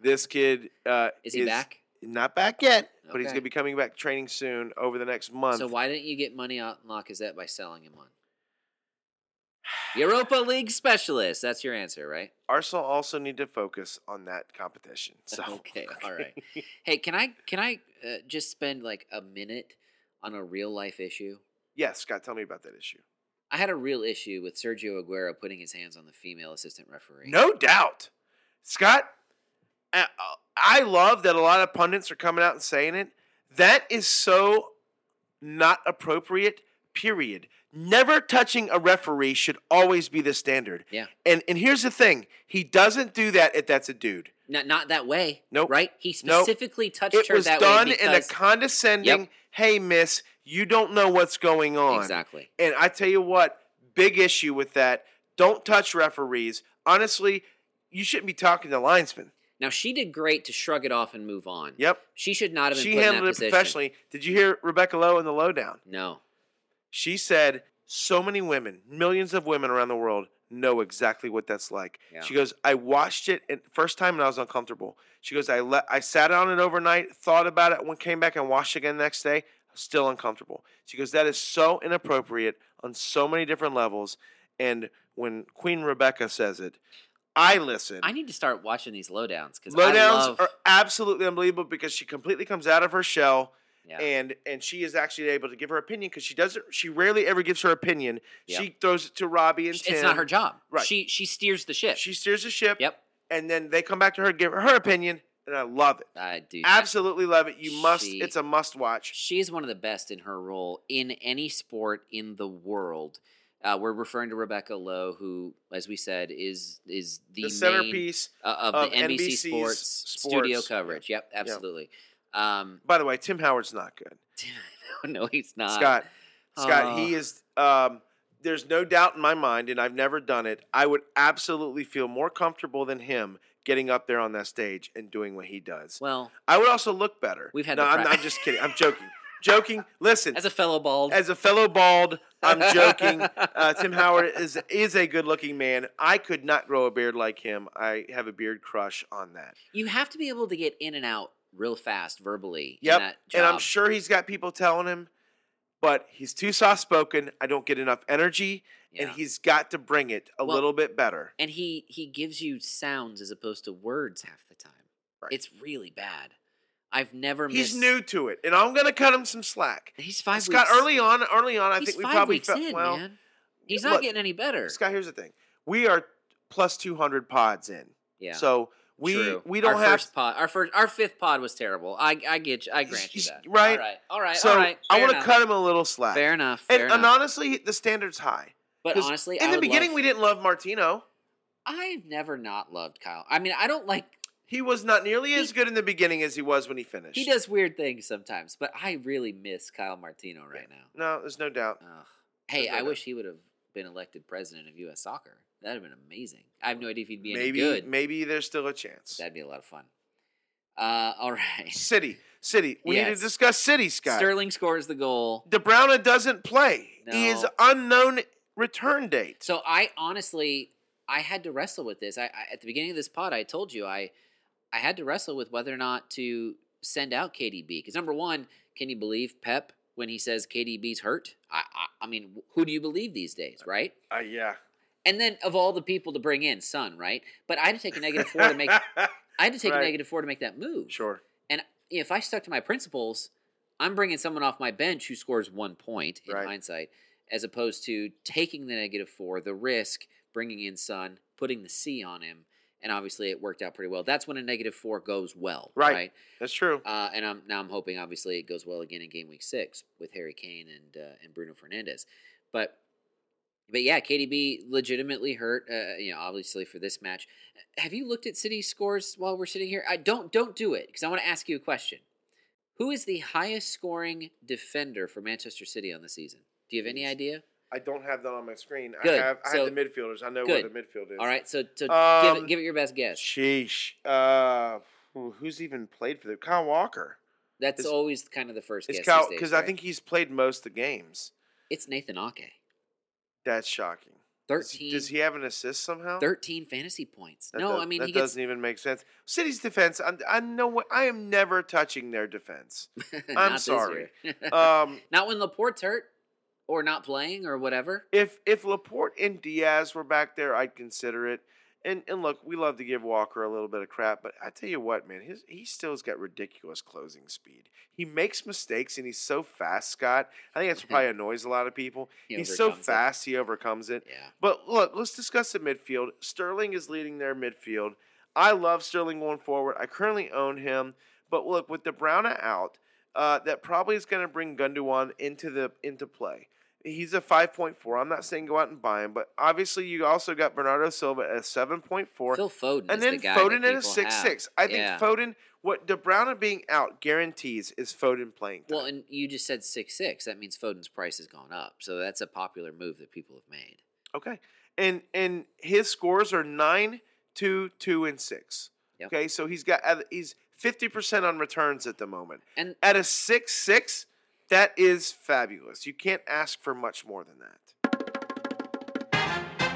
[SPEAKER 2] this kid uh,
[SPEAKER 3] is he back?
[SPEAKER 2] Not back yet, but he's going
[SPEAKER 3] Okay.
[SPEAKER 2] to be coming back training soon over the next month.
[SPEAKER 3] So why didn't you get money on Lacazette by selling him on? Europa League specialist. That's your answer, right?
[SPEAKER 2] Arsenal also need to focus on that competition. So
[SPEAKER 3] Okay, all right. Hey, can I can I uh, just spend like a minute on a real life issue?
[SPEAKER 2] yes, Scott, tell me about that issue.
[SPEAKER 3] I had a real issue with Sergio Aguero putting his hands on the female assistant referee.
[SPEAKER 2] No doubt. Scott, I- I love that a lot of pundits are coming out and saying it. That is so not appropriate, period. Never touching a referee should always be the standard.
[SPEAKER 3] Yeah.
[SPEAKER 2] And and here's the thing, he doesn't do that if that's a dude.
[SPEAKER 3] not not that way.
[SPEAKER 2] Nope.
[SPEAKER 3] right? He
[SPEAKER 2] Nope.
[SPEAKER 3] specifically touched
[SPEAKER 2] It
[SPEAKER 3] her
[SPEAKER 2] was
[SPEAKER 3] that
[SPEAKER 2] done
[SPEAKER 3] way
[SPEAKER 2] in a
[SPEAKER 3] because
[SPEAKER 2] condescending,
[SPEAKER 3] Yep.
[SPEAKER 2] hey miss, you don't know what's going on.
[SPEAKER 3] exactly.
[SPEAKER 2] And I tell you what, big issue with that. Don't touch referees. Honestly, you shouldn't be talking to linesmen.
[SPEAKER 3] Now she did great to shrug it off and move on.
[SPEAKER 2] Yep.
[SPEAKER 3] She should not have been
[SPEAKER 2] She
[SPEAKER 3] put in that
[SPEAKER 2] handled it
[SPEAKER 3] position.
[SPEAKER 2] professionally. Did you hear Rebecca Lowe in the lowdown?
[SPEAKER 3] No.
[SPEAKER 2] She said, So many women, millions of women around the world know exactly what that's like.
[SPEAKER 3] Yeah.
[SPEAKER 2] She goes, I watched it and first time and I was uncomfortable. She goes, I let I sat on it overnight, thought about it, when came back and watched it again the next day, still uncomfortable. She goes, That is so inappropriate on so many different levels. And when Queen Rebecca says it, I listen.
[SPEAKER 3] I need to start watching these lowdowns because
[SPEAKER 2] Lowdowns
[SPEAKER 3] I love.
[SPEAKER 2] are absolutely unbelievable because she completely comes out of her shell
[SPEAKER 3] yeah.
[SPEAKER 2] and and she is actually able to give her opinion because she doesn't she rarely ever gives her opinion
[SPEAKER 3] Yep.
[SPEAKER 2] she throws it to robbie and
[SPEAKER 3] Sh-
[SPEAKER 2] Tim.
[SPEAKER 3] it's not her job.
[SPEAKER 2] Right.
[SPEAKER 3] She she steers the ship.
[SPEAKER 2] she steers the ship
[SPEAKER 3] yep.
[SPEAKER 2] and then they come back to her and give her her opinion and i love it
[SPEAKER 3] I do.
[SPEAKER 2] absolutely love it you must
[SPEAKER 3] She-
[SPEAKER 2] it's a must watch
[SPEAKER 3] She is one of the best in her role in any sport in the world. Uh, we're referring to Rebecca Lowe, who, as we said, is is
[SPEAKER 2] the
[SPEAKER 3] the, main,
[SPEAKER 2] centerpiece
[SPEAKER 3] uh, of,
[SPEAKER 2] of
[SPEAKER 3] the NBC
[SPEAKER 2] NBC's
[SPEAKER 3] sports, studio
[SPEAKER 2] sports.
[SPEAKER 3] coverage. Yep, absolutely. Um,
[SPEAKER 2] by the way tim howard's not good
[SPEAKER 3] no, he's not.
[SPEAKER 2] scott scott he
[SPEAKER 3] uh,
[SPEAKER 2] is um there's no doubt in my mind and i've never done it i would absolutely feel more comfortable than him getting up there on that stage and doing what he does
[SPEAKER 3] Well,
[SPEAKER 2] I would also look better.
[SPEAKER 3] We've had
[SPEAKER 2] no.
[SPEAKER 3] the
[SPEAKER 2] I'm,
[SPEAKER 3] pra-
[SPEAKER 2] I'm just kidding. I'm joking. joking. Listen,
[SPEAKER 3] As a fellow bald,
[SPEAKER 2] as a fellow bald, I'm joking. Uh, Tim Howard is is a good looking man. I could not grow a beard like him. I have a beard crush on that.
[SPEAKER 3] you have to be able to get in and out real fast verbally.
[SPEAKER 2] Yep,
[SPEAKER 3] In that job.
[SPEAKER 2] And I'm sure he's got people telling him, but he's too soft spoken. I don't get enough energy, and
[SPEAKER 3] Yeah.
[SPEAKER 2] he's got to bring it a
[SPEAKER 3] Well-
[SPEAKER 2] little bit better.
[SPEAKER 3] and he he gives you sounds as opposed to words half the time.
[SPEAKER 2] Right.
[SPEAKER 3] It's really bad. I've never
[SPEAKER 2] He's
[SPEAKER 3] missed.
[SPEAKER 2] new to it, and I'm gonna cut him some slack.
[SPEAKER 3] He's five
[SPEAKER 2] Scott,
[SPEAKER 3] weeks.
[SPEAKER 2] early on, early on, I
[SPEAKER 3] he's
[SPEAKER 2] think we
[SPEAKER 3] five
[SPEAKER 2] probably
[SPEAKER 3] weeks
[SPEAKER 2] felt
[SPEAKER 3] in,
[SPEAKER 2] well.
[SPEAKER 3] man. He's not
[SPEAKER 2] look,
[SPEAKER 3] getting any better.
[SPEAKER 2] Scott, here's the thing: we are plus 200 pods in,
[SPEAKER 3] yeah.
[SPEAKER 2] so we
[SPEAKER 3] True.
[SPEAKER 2] we don't
[SPEAKER 3] our
[SPEAKER 2] have
[SPEAKER 3] first pod. Our first, our fifth pod was terrible. I, I get you. I grant you
[SPEAKER 2] He's-
[SPEAKER 3] that.
[SPEAKER 2] right.
[SPEAKER 3] All right. All right.
[SPEAKER 2] So
[SPEAKER 3] all right.
[SPEAKER 2] I
[SPEAKER 3] Fair
[SPEAKER 2] want to
[SPEAKER 3] enough.
[SPEAKER 2] cut him a little slack.
[SPEAKER 3] Fair enough.
[SPEAKER 2] and,
[SPEAKER 3] Fair
[SPEAKER 2] and
[SPEAKER 3] enough.
[SPEAKER 2] honestly, the standard's high.
[SPEAKER 3] But
[SPEAKER 2] 'cause
[SPEAKER 3] honestly,
[SPEAKER 2] in
[SPEAKER 3] I
[SPEAKER 2] the
[SPEAKER 3] would
[SPEAKER 2] beginning,
[SPEAKER 3] love,
[SPEAKER 2] we didn't love Martino.
[SPEAKER 3] I've never not loved Kyle. I mean, I don't like.
[SPEAKER 2] He was not nearly
[SPEAKER 3] He-
[SPEAKER 2] as good in the beginning as he was when he finished.
[SPEAKER 3] He does weird things sometimes, but I really miss Kyle Martino right now.
[SPEAKER 2] No, there's no doubt.
[SPEAKER 3] Ugh. Hey,
[SPEAKER 2] Fair
[SPEAKER 3] I
[SPEAKER 2] enough.
[SPEAKER 3] wish he would have been elected president of U.S. Soccer. That'd have been amazing. I have no idea if he'd be
[SPEAKER 2] maybe
[SPEAKER 3] any good.
[SPEAKER 2] maybe there's still a chance.
[SPEAKER 3] That'd be a lot of fun. Uh, all right.
[SPEAKER 2] City, City. We need
[SPEAKER 3] Yes.
[SPEAKER 2] to discuss City, Scott.
[SPEAKER 3] Sterling scores the goal.
[SPEAKER 2] De Bruyne doesn't play. He is
[SPEAKER 3] No.
[SPEAKER 2] unknown return date.
[SPEAKER 3] So I honestly, I had to wrestle with this. I, I at the beginning of this pod, I told you I, I had to wrestle with whether or not to send out KDB because number one, can you believe Pep when he says KDB's hurt? I, I, I mean, who do you believe these days, right?
[SPEAKER 2] Uh, yeah.
[SPEAKER 3] And then of all the people to bring in, Son, right? But I had to take a negative four to make. I had to take
[SPEAKER 2] Right.
[SPEAKER 3] a negative four to make that move.
[SPEAKER 2] sure.
[SPEAKER 3] And you know, if I stuck to my principles, I'm bringing someone off my bench who scores one point in
[SPEAKER 2] Right.
[SPEAKER 3] hindsight, as opposed to taking the negative four, the risk, bringing in Sun, putting the C on him, and obviously it worked out pretty well. That's when a negative four goes well,
[SPEAKER 2] Right.
[SPEAKER 3] right?
[SPEAKER 2] That's true.
[SPEAKER 3] Uh, and I'm now I'm hoping obviously it goes well again in Game Week Six with Harry Kane and uh, and Bruno Fernandez, but. But yeah, KDB legitimately hurt. Uh, you know, obviously for this match. Have you looked at City scores while we're sitting here? I don't don't do it because I want to ask you a question. Who is the highest scoring defender for Manchester City on the season? Do you have any idea?
[SPEAKER 2] I don't have that on my screen.
[SPEAKER 3] Good.
[SPEAKER 2] I have I
[SPEAKER 3] So-
[SPEAKER 2] have the midfielders. I know where
[SPEAKER 3] good.
[SPEAKER 2] the midfield is.
[SPEAKER 3] All right, so so give
[SPEAKER 2] Um,
[SPEAKER 3] it give it your best guess.
[SPEAKER 2] Sheesh. Uh, who- who's even played for the Kyle Walker?
[SPEAKER 3] That's
[SPEAKER 2] it's-
[SPEAKER 3] always kind of the first
[SPEAKER 2] It's
[SPEAKER 3] guess
[SPEAKER 2] Kyle
[SPEAKER 3] these days,
[SPEAKER 2] because I
[SPEAKER 3] right?
[SPEAKER 2] think he's played most of the games.
[SPEAKER 3] it's Nathan Ake.
[SPEAKER 2] That's shocking. Does he-
[SPEAKER 3] 13,
[SPEAKER 2] Does he have an assist somehow?
[SPEAKER 3] 13 fantasy points.
[SPEAKER 2] That
[SPEAKER 3] no,
[SPEAKER 2] does-
[SPEAKER 3] I mean
[SPEAKER 2] that
[SPEAKER 3] he gets
[SPEAKER 2] doesn't even make sense. City's defense. I'm, I know. what- I am never touching their defense.
[SPEAKER 3] Not this
[SPEAKER 2] sorry.
[SPEAKER 3] year.
[SPEAKER 2] Um,
[SPEAKER 3] not when Laporte's hurt or not playing or whatever.
[SPEAKER 2] if if Laporte and Diaz were back there, I'd consider it. And and look, we love to give Walker a little bit of crap, but I tell you what, man, his he still's got ridiculous closing speed. He makes mistakes and he's so fast, Scott. I think that's what probably annoys a lot of people.
[SPEAKER 3] He
[SPEAKER 2] he's so
[SPEAKER 3] overcomes it.
[SPEAKER 2] fast, he overcomes it.
[SPEAKER 3] Yeah.
[SPEAKER 2] But look, let's discuss the midfield. Sterling is leading their midfield. I love Sterling going forward. I currently own him. But look, with the Browna out, uh, that probably is going to bring Gundogan into the into play. He's a 5.4. I'm not saying go out and buy him, but obviously you also got Bernardo Silva at a 7.4.
[SPEAKER 3] Phil Foden
[SPEAKER 2] and
[SPEAKER 3] is
[SPEAKER 2] then
[SPEAKER 3] the guy
[SPEAKER 2] Foden
[SPEAKER 3] that
[SPEAKER 2] at a
[SPEAKER 3] people
[SPEAKER 2] 6
[SPEAKER 3] have.
[SPEAKER 2] 6. I think
[SPEAKER 3] Yeah.
[SPEAKER 2] Foden, what De Bruyne being out guarantees is Foden playing. Time.
[SPEAKER 3] Well, and you just said six six. That means Foden's price has gone up. So that's a popular move that people have made.
[SPEAKER 2] Okay. And and his scores are nine, two, two, and six.
[SPEAKER 3] Yep.
[SPEAKER 2] Okay, so he's got uh, he's fifty percent on returns at the moment.
[SPEAKER 3] And
[SPEAKER 2] At a six six, that is fabulous. You can't ask for much more than that.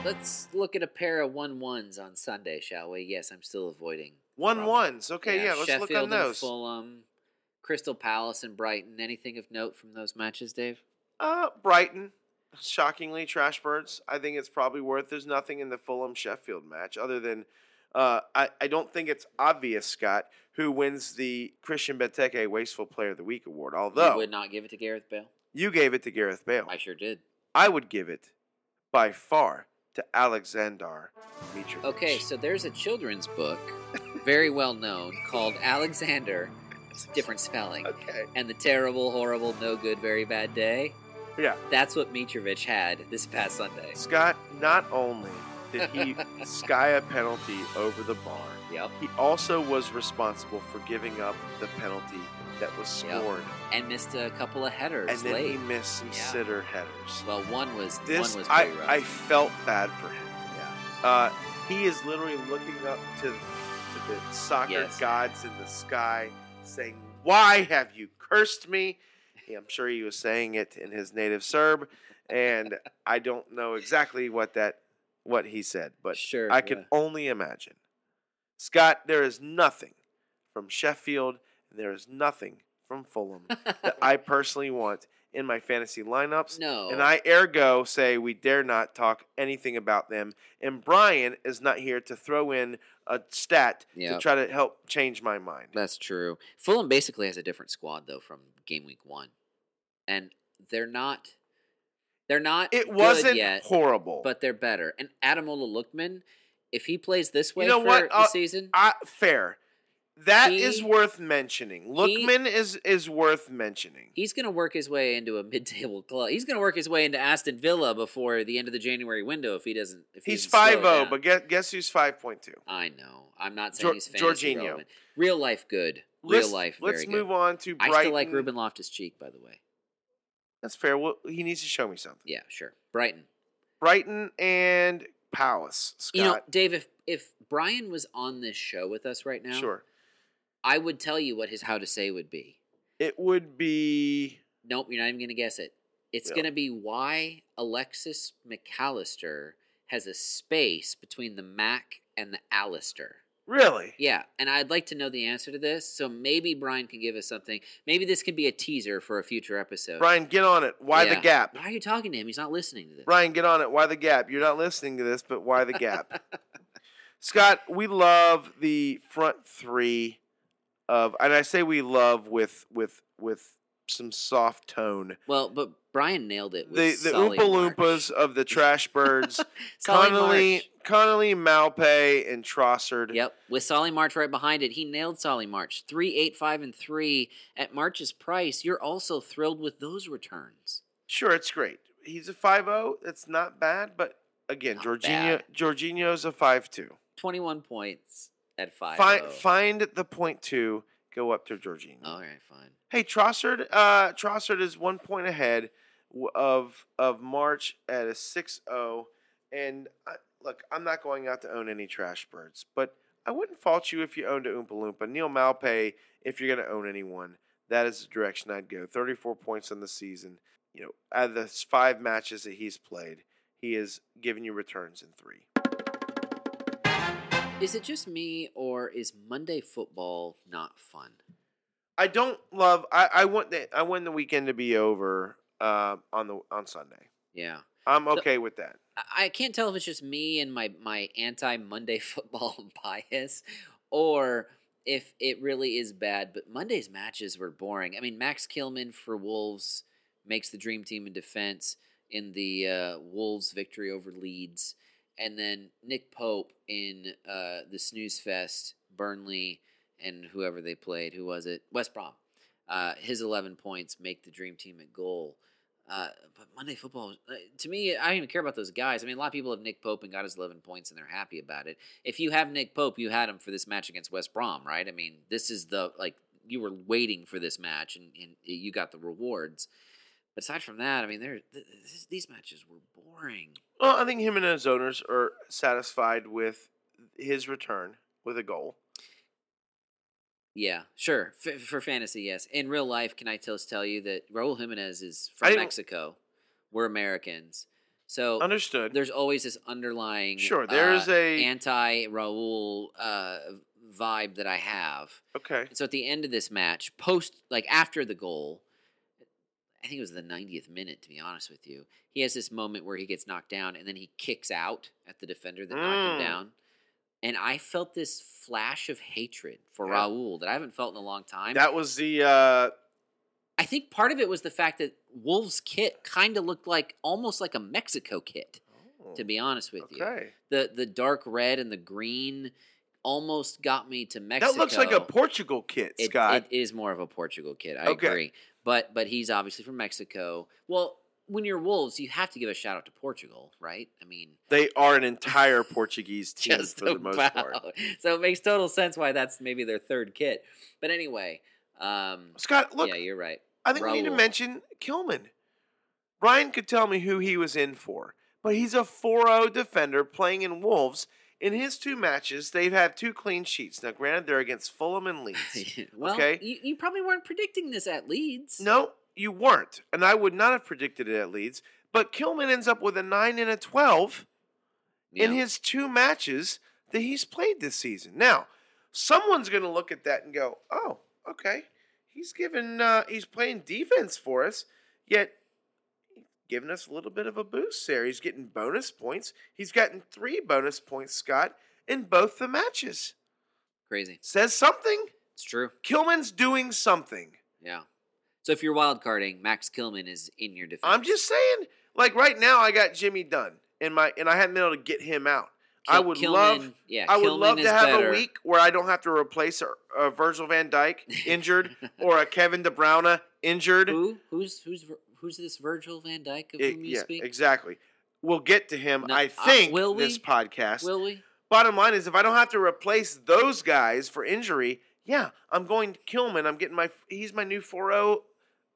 [SPEAKER 3] let's look at a pair of one ones on Sunday, shall we? Yes, I'm still avoiding
[SPEAKER 2] One
[SPEAKER 3] Probably.
[SPEAKER 2] ones. Okay, yeah, let's
[SPEAKER 3] Sheffield
[SPEAKER 2] look on
[SPEAKER 3] and
[SPEAKER 2] those.
[SPEAKER 3] Fulham, Crystal Palace, and Brighton. Anything of note from those matches, Dave?
[SPEAKER 2] Uh Brighton. Shockingly, trash birds. I think it's probably worth. There's nothing in the Fulham Sheffield match other than uh, I, I don't think it's obvious, Scott, who wins the Christian Benteke Wasteful Player of the Week award. Although
[SPEAKER 3] you would not give it to Gareth Bale.
[SPEAKER 2] You gave it to Gareth Bale.
[SPEAKER 3] I sure did.
[SPEAKER 2] I would give it by far to Alexander Mitrovic.
[SPEAKER 3] Okay, so there's a children's book, very well known, called Alexander. It's a different spelling.
[SPEAKER 2] Okay.
[SPEAKER 3] And the terrible, horrible, no good, very bad day.
[SPEAKER 2] Yeah.
[SPEAKER 3] That's what Mitrovic had this past Sunday.
[SPEAKER 2] Scott, not only did he sky a penalty over the bar,
[SPEAKER 3] Yep.
[SPEAKER 2] he also was responsible for giving up the penalty that was
[SPEAKER 3] Yep.
[SPEAKER 2] scored.
[SPEAKER 3] And missed a couple of headers
[SPEAKER 2] And then
[SPEAKER 3] late.
[SPEAKER 2] he missed some
[SPEAKER 3] Yeah.
[SPEAKER 2] sitter headers.
[SPEAKER 3] Well, one was
[SPEAKER 2] This,
[SPEAKER 3] one was
[SPEAKER 2] I,
[SPEAKER 3] pretty rough.
[SPEAKER 2] I felt bad for him.
[SPEAKER 3] yeah.
[SPEAKER 2] Uh, he is literally looking up to, to the soccer
[SPEAKER 3] Yes.
[SPEAKER 2] gods in the sky, saying, "Why have you cursed me?" He- I'm sure he was saying it in his native Serb, and I don't know exactly what that what he said, but
[SPEAKER 3] sure.
[SPEAKER 2] I can
[SPEAKER 3] yeah.
[SPEAKER 2] only imagine. Scott, there is nothing from Sheffield, and there is nothing from Fulham that I personally want in my fantasy lineups.
[SPEAKER 3] no.
[SPEAKER 2] And I ergo say we dare not talk anything about them. And Brian is not here to throw in a stat to
[SPEAKER 3] Yep.
[SPEAKER 2] try to help change my mind.
[SPEAKER 3] That's true. Fulham basically has a different squad though from game week one, and they're not. They're not.
[SPEAKER 2] It
[SPEAKER 3] good
[SPEAKER 2] wasn't
[SPEAKER 3] yet,
[SPEAKER 2] horrible.
[SPEAKER 3] but they're better. And Adamola Lookman, if he plays this way
[SPEAKER 2] know
[SPEAKER 3] for
[SPEAKER 2] what?
[SPEAKER 3] the
[SPEAKER 2] I'll-
[SPEAKER 3] season,
[SPEAKER 2] I, fair. That is
[SPEAKER 3] He-
[SPEAKER 2] worth mentioning. Lookman is is worth mentioning.
[SPEAKER 3] he's going to work his way into a mid-table club. He's going to work his way into Aston Villa before the end of the January window if he doesn't. If he
[SPEAKER 2] He's
[SPEAKER 3] doesn't slow
[SPEAKER 2] five
[SPEAKER 3] it
[SPEAKER 2] zero,
[SPEAKER 3] down.
[SPEAKER 2] but guess, guess who's five point two?
[SPEAKER 3] I know. I'm not
[SPEAKER 2] Jor-
[SPEAKER 3] saying he's fantasy
[SPEAKER 2] Jorginho.
[SPEAKER 3] relevant. Real life good. Real
[SPEAKER 2] Let's,
[SPEAKER 3] life.
[SPEAKER 2] Let's
[SPEAKER 3] very
[SPEAKER 2] move
[SPEAKER 3] good.
[SPEAKER 2] on to Brighton.
[SPEAKER 3] I still like Ruben Loftus Cheek, by the way.
[SPEAKER 2] That's fair. Well, he needs to show me something.
[SPEAKER 3] Yeah, sure. Brighton.
[SPEAKER 2] Brighton and Palace. Scott.
[SPEAKER 3] You know, Dave, if if Brian was on this show with us right now,
[SPEAKER 2] Sure.
[SPEAKER 3] I would tell you what his how to say would be.
[SPEAKER 2] It would be
[SPEAKER 3] Nope, you're not even gonna guess it. It's
[SPEAKER 2] Yeah.
[SPEAKER 3] gonna be why Alexis McAllister has a space between the Mac and the Alistair.
[SPEAKER 2] really.
[SPEAKER 3] Yeah, and I'd like to know the answer to this, so maybe Brian can give us something. Maybe this could be a teaser for a future episode.
[SPEAKER 2] Brian, get on it. Why
[SPEAKER 3] Yeah.
[SPEAKER 2] the gap?
[SPEAKER 3] Why are you talking to him? He's not listening to this.
[SPEAKER 2] Brian, get on it. Why the gap? You're not listening to this, but why the gap? Scott, we love the front three of, and I say we love with with with some soft tone.
[SPEAKER 3] Well, but Brian nailed it. With
[SPEAKER 2] The the
[SPEAKER 3] Solly
[SPEAKER 2] Oompa
[SPEAKER 3] March.
[SPEAKER 2] Loompas of the Trash Birds,
[SPEAKER 3] Solly
[SPEAKER 2] Connolly,
[SPEAKER 3] March.
[SPEAKER 2] Connolly, Malpay, and Trossard.
[SPEAKER 3] Yep, with Solly March right behind it, he nailed Solly March three eight five and three at March's price. You're also thrilled with those returns.
[SPEAKER 2] Sure, it's great. He's a 5'0". That's not bad, but again,
[SPEAKER 3] Not
[SPEAKER 2] Jorginho, Jorginho's a 5'2".
[SPEAKER 3] Twenty one points at five. oh.
[SPEAKER 2] Find find the point two. Go up to Jorginho.
[SPEAKER 3] All right, fine.
[SPEAKER 2] Hey, Trossard. Uh, Trossard is one point ahead w- of of March at a 6-0. And I, look, I'm not going out to own any trash birds, but I wouldn't fault you if you owned a Oompa Loompa. Neil Malpay, if you're going to own anyone, that is the direction I'd go. 34 points on the season. You know, out of the s- five matches that he's played, he has given you returns in three.
[SPEAKER 3] Is it just me or is Monday football not fun?
[SPEAKER 2] I don't love. I, I want the I want the weekend to be over uh, on the on Sunday.
[SPEAKER 3] Yeah.
[SPEAKER 2] I'm
[SPEAKER 3] So-
[SPEAKER 2] okay with that.
[SPEAKER 3] I- I can't tell if it's just me and my my anti Monday football bias, or if it really is bad. But Monday's matches were boring. I mean, Max Killman for Wolves makes the dream team in defense in the uh, Wolves victory over Leeds, and then Nick Pope in uh, the snooze fest Burnley and whoever they played. Who was it? West Brom. Uh, his eleven points make the dream team at goal. Uh, but Monday football, uh, to me, I don't even care about those guys. I mean, a lot of people have Nick Pope and got his 11 points, and they're happy about it. If you have Nick Pope, you had him for this match against West Brom, right? I mean, this is the like you were waiting for this match, and, and you got the rewards. But aside from that, I mean, they're, th- th- these matches were boring.
[SPEAKER 2] Well, I think him and his owners are satisfied with his return with a goal.
[SPEAKER 3] Yeah, sure. F- for fantasy, yes. In real life, can I just tell you that Raul Jimenez is
[SPEAKER 2] I
[SPEAKER 3] from
[SPEAKER 2] didn't-
[SPEAKER 3] Mexico? We're Americans, so
[SPEAKER 2] Understood.
[SPEAKER 3] there's always this underlying
[SPEAKER 2] Sure, there's
[SPEAKER 3] uh,
[SPEAKER 2] a-
[SPEAKER 3] anti Raul uh, vibe that I have.
[SPEAKER 2] okay.
[SPEAKER 3] And so at the end of this match, post like after the goal, I think it was the 90th minute to be honest with you. He has this moment where he gets knocked down and then he kicks out at the defender that
[SPEAKER 2] Mm.
[SPEAKER 3] knocked him down. And I felt this flash of hatred for
[SPEAKER 2] Yeah.
[SPEAKER 3] Raul that I haven't felt in a long time.
[SPEAKER 2] That was the uh,
[SPEAKER 3] I think part of it was the fact that Wolves' kit kind of looked like almost like a Mexico kit, to be honest with you
[SPEAKER 2] okay.
[SPEAKER 3] the the dark red and the green almost got me to Mexico.
[SPEAKER 2] That looks like a Portugal kit,
[SPEAKER 3] It-
[SPEAKER 2] Scott.
[SPEAKER 3] it is more of a Portugal kid. I
[SPEAKER 2] Okay.
[SPEAKER 3] agree, but but he's obviously from Mexico. Well, when you're Wolves, you have to give a shout out to Portugal, right? I mean,
[SPEAKER 2] they are an entire Portuguese team
[SPEAKER 3] just
[SPEAKER 2] for the most
[SPEAKER 3] about.
[SPEAKER 2] part.
[SPEAKER 3] So it makes total sense why that's maybe their third kit. But anyway, um,
[SPEAKER 2] Scott, look,
[SPEAKER 3] yeah, you're right.
[SPEAKER 2] I think we need to
[SPEAKER 3] Raul.
[SPEAKER 2] mention Kilman. Brian could tell me who he was in for, but he's a 4-0 defender playing in Wolves. In his two matches, they've had two clean sheets. Now, granted, they're against Fulham and Leeds.
[SPEAKER 3] well,
[SPEAKER 2] Okay.
[SPEAKER 3] you, you probably weren't predicting this at Leeds.
[SPEAKER 2] No, you weren't, and I would not have predicted it at Leeds. But Kilman ends up with a nine and a twelve in
[SPEAKER 3] Yeah.
[SPEAKER 2] his two matches that he's played this season. Now, someone's going to look at that and go, "Oh, okay, he's given uh, he's playing defense for us, yet giving us a little bit of a boost there. He's getting bonus points. He's gotten three bonus points, Scott, in both the matches.
[SPEAKER 3] Crazy.
[SPEAKER 2] Says something.
[SPEAKER 3] It's true.
[SPEAKER 2] Kilman's doing something.
[SPEAKER 3] Yeah. So if you're wild carding, Max Kilman is in your defense.
[SPEAKER 2] I'm just saying, like right now, I got Jimmy Dunn in my, and I hadn't been able to get him out. I
[SPEAKER 3] Kil-
[SPEAKER 2] would
[SPEAKER 3] Kilman-
[SPEAKER 2] love,
[SPEAKER 3] Yeah,
[SPEAKER 2] I would
[SPEAKER 3] Kilman
[SPEAKER 2] love
[SPEAKER 3] is
[SPEAKER 2] to have
[SPEAKER 3] better.
[SPEAKER 2] a week where I don't have to replace a, a Virgil Van Dyke injured or a Kevin De Bruyne injured.
[SPEAKER 3] Who? Who's who's Vir- who's this Virgil Van Dyke of
[SPEAKER 2] It-
[SPEAKER 3] whom you
[SPEAKER 2] E, yeah,
[SPEAKER 3] speak?
[SPEAKER 2] exactly. We'll get to him.
[SPEAKER 3] No,
[SPEAKER 2] I
[SPEAKER 3] uh,
[SPEAKER 2] think
[SPEAKER 3] will
[SPEAKER 2] this
[SPEAKER 3] we?
[SPEAKER 2] podcast.
[SPEAKER 3] Will we?
[SPEAKER 2] Bottom line is, if I don't have to replace those guys for injury, yeah, I'm going Kilman. I'm getting my he's my new 4-0,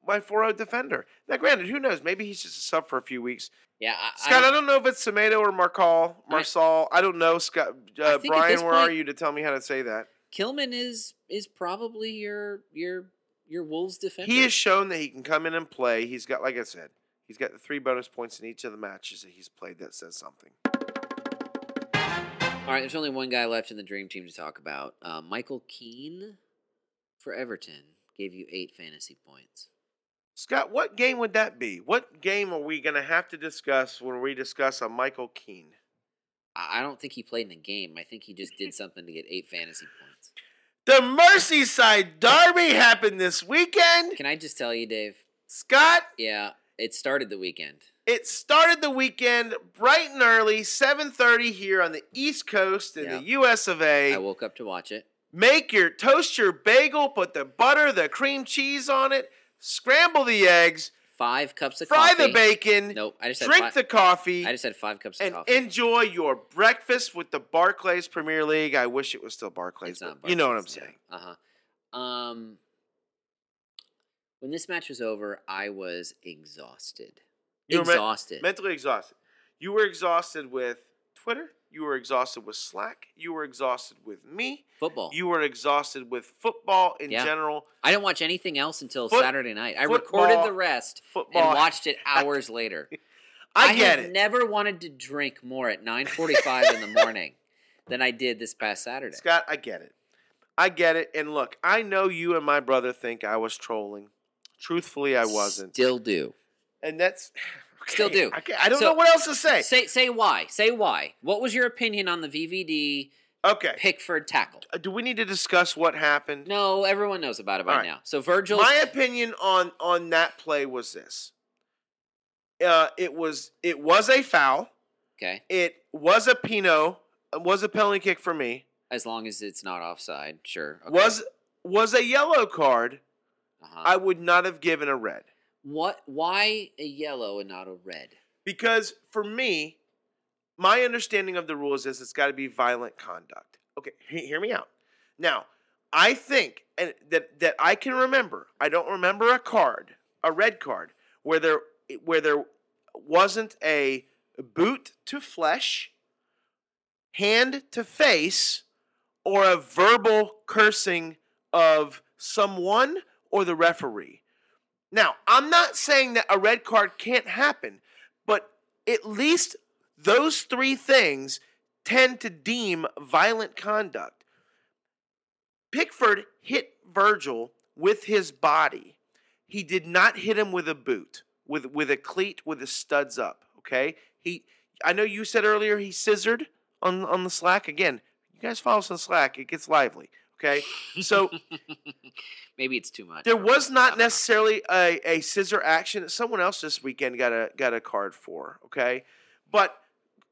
[SPEAKER 2] my 4-0 defender. Now, granted, who knows? Maybe he's just a sub for a few weeks.
[SPEAKER 3] Yeah, I, I
[SPEAKER 2] Scott, I
[SPEAKER 3] don't-
[SPEAKER 2] don't know if it's tomato or Marcal,
[SPEAKER 3] I-
[SPEAKER 2] Marsal. I don't know, Scott.
[SPEAKER 3] I
[SPEAKER 2] Uh,
[SPEAKER 3] think at
[SPEAKER 2] Brian,
[SPEAKER 3] this
[SPEAKER 2] where are
[SPEAKER 3] point-
[SPEAKER 2] you to tell me how to say that?
[SPEAKER 3] Kilman is is probably your your your Wolves defender.
[SPEAKER 2] He has shown that he can come in and play. He's got, like I said, he's got the three bonus points in each of the matches that he's played. That says something.
[SPEAKER 3] All right, there's only one guy left in the dream team to talk about. Uh, Michael Keane for Everton gave you eight fantasy points.
[SPEAKER 2] Scott, what game would that be? What game are we going to have to discuss when we discuss a Michael Keane?
[SPEAKER 3] I, I don't think he played in the game. I think he just did something to get eight fantasy points.
[SPEAKER 2] The Merseyside Derby happened this weekend.
[SPEAKER 3] Can I just tell you, Dave?
[SPEAKER 2] Scott,
[SPEAKER 3] Yeah, it started the weekend.
[SPEAKER 2] It started the weekend bright and early, 7:30 here on the East Coast in the US of
[SPEAKER 3] I
[SPEAKER 2] A.
[SPEAKER 3] woke up to watch it.
[SPEAKER 2] Make your toast your bagel, put the butter, the cream cheese on it, scramble the eggs,
[SPEAKER 3] Five cups of
[SPEAKER 2] fry
[SPEAKER 3] coffee.
[SPEAKER 2] the bacon,
[SPEAKER 3] Nope, I just had
[SPEAKER 2] drink
[SPEAKER 3] five,
[SPEAKER 2] the coffee,
[SPEAKER 3] I just had five cups of
[SPEAKER 2] and
[SPEAKER 3] coffee.
[SPEAKER 2] enjoy your breakfast with the Barclays Premier League. I wish it was still Barclays. but You know what I'm saying?
[SPEAKER 3] Uh huh. Um, when this match was over, I was exhausted.
[SPEAKER 2] You were me-
[SPEAKER 3] exhausted.
[SPEAKER 2] Mentally exhausted. You were exhausted with Twitter, you were exhausted with Slack, you were exhausted with me.
[SPEAKER 3] Football.
[SPEAKER 2] You were exhausted with football in
[SPEAKER 3] Oh. Yeah.
[SPEAKER 2] general.
[SPEAKER 3] I didn't watch anything else until
[SPEAKER 2] Foot-
[SPEAKER 3] Saturday night. I
[SPEAKER 2] football-
[SPEAKER 3] recorded the rest
[SPEAKER 2] Football.
[SPEAKER 3] and watched it hours later.
[SPEAKER 2] I, get
[SPEAKER 3] had
[SPEAKER 2] it.
[SPEAKER 3] Never wanted to drink more at 9:45 in the morning than I did this past Saturday.
[SPEAKER 2] Scott, I get it. I get it. And look, I know you and my brother think I was trolling. Truthfully, I wasn't.
[SPEAKER 3] Still do.
[SPEAKER 2] and that's
[SPEAKER 3] Still
[SPEAKER 2] okay,
[SPEAKER 3] do.
[SPEAKER 2] I, can't- I don't
[SPEAKER 3] So-
[SPEAKER 2] know what else to say.
[SPEAKER 3] Say say why. Say why. What was your opinion on the VVD
[SPEAKER 2] okay.
[SPEAKER 3] Pickford tackle?
[SPEAKER 2] Uh, Do we need to discuss what happened?
[SPEAKER 3] No, everyone knows about it by
[SPEAKER 2] All right.
[SPEAKER 3] now. So Virgil
[SPEAKER 2] My opinion on on that play was this. Uh, it was it was a foul.
[SPEAKER 3] Okay.
[SPEAKER 2] It was a pino. uh, Was a penalty kick for me.
[SPEAKER 3] As long as it's not offside, sure. Okay.
[SPEAKER 2] Was was a yellow card.
[SPEAKER 3] uh-huh.
[SPEAKER 2] I would not have given a red
[SPEAKER 3] what? Why a yellow and not a red?
[SPEAKER 2] because for me, my understanding of the rule is this: it's got to be violent conduct. Okay, he- hear me out. Now, I think and that that I can remember. I don't remember a card, a red card, where there where there wasn't a boot to flesh, hand to face, or a verbal cursing of someone or the referee. Now, I'm not saying that a red card can't happen, but at least those three things tend to deem violent conduct. Pickford hit Virgil with his body. He did not hit him with a boot, with with a cleat, with his studs up. Okay. He I know you said earlier he scissored on on the Slack. Again, you guys follow us on Slack, it gets lively. Okay. So
[SPEAKER 3] Maybe it's too much. Uh-huh.
[SPEAKER 2] there was not
[SPEAKER 3] necessarily.
[SPEAKER 2] necessarily a, a scissor action that someone else this weekend got a got a card for. Okay, but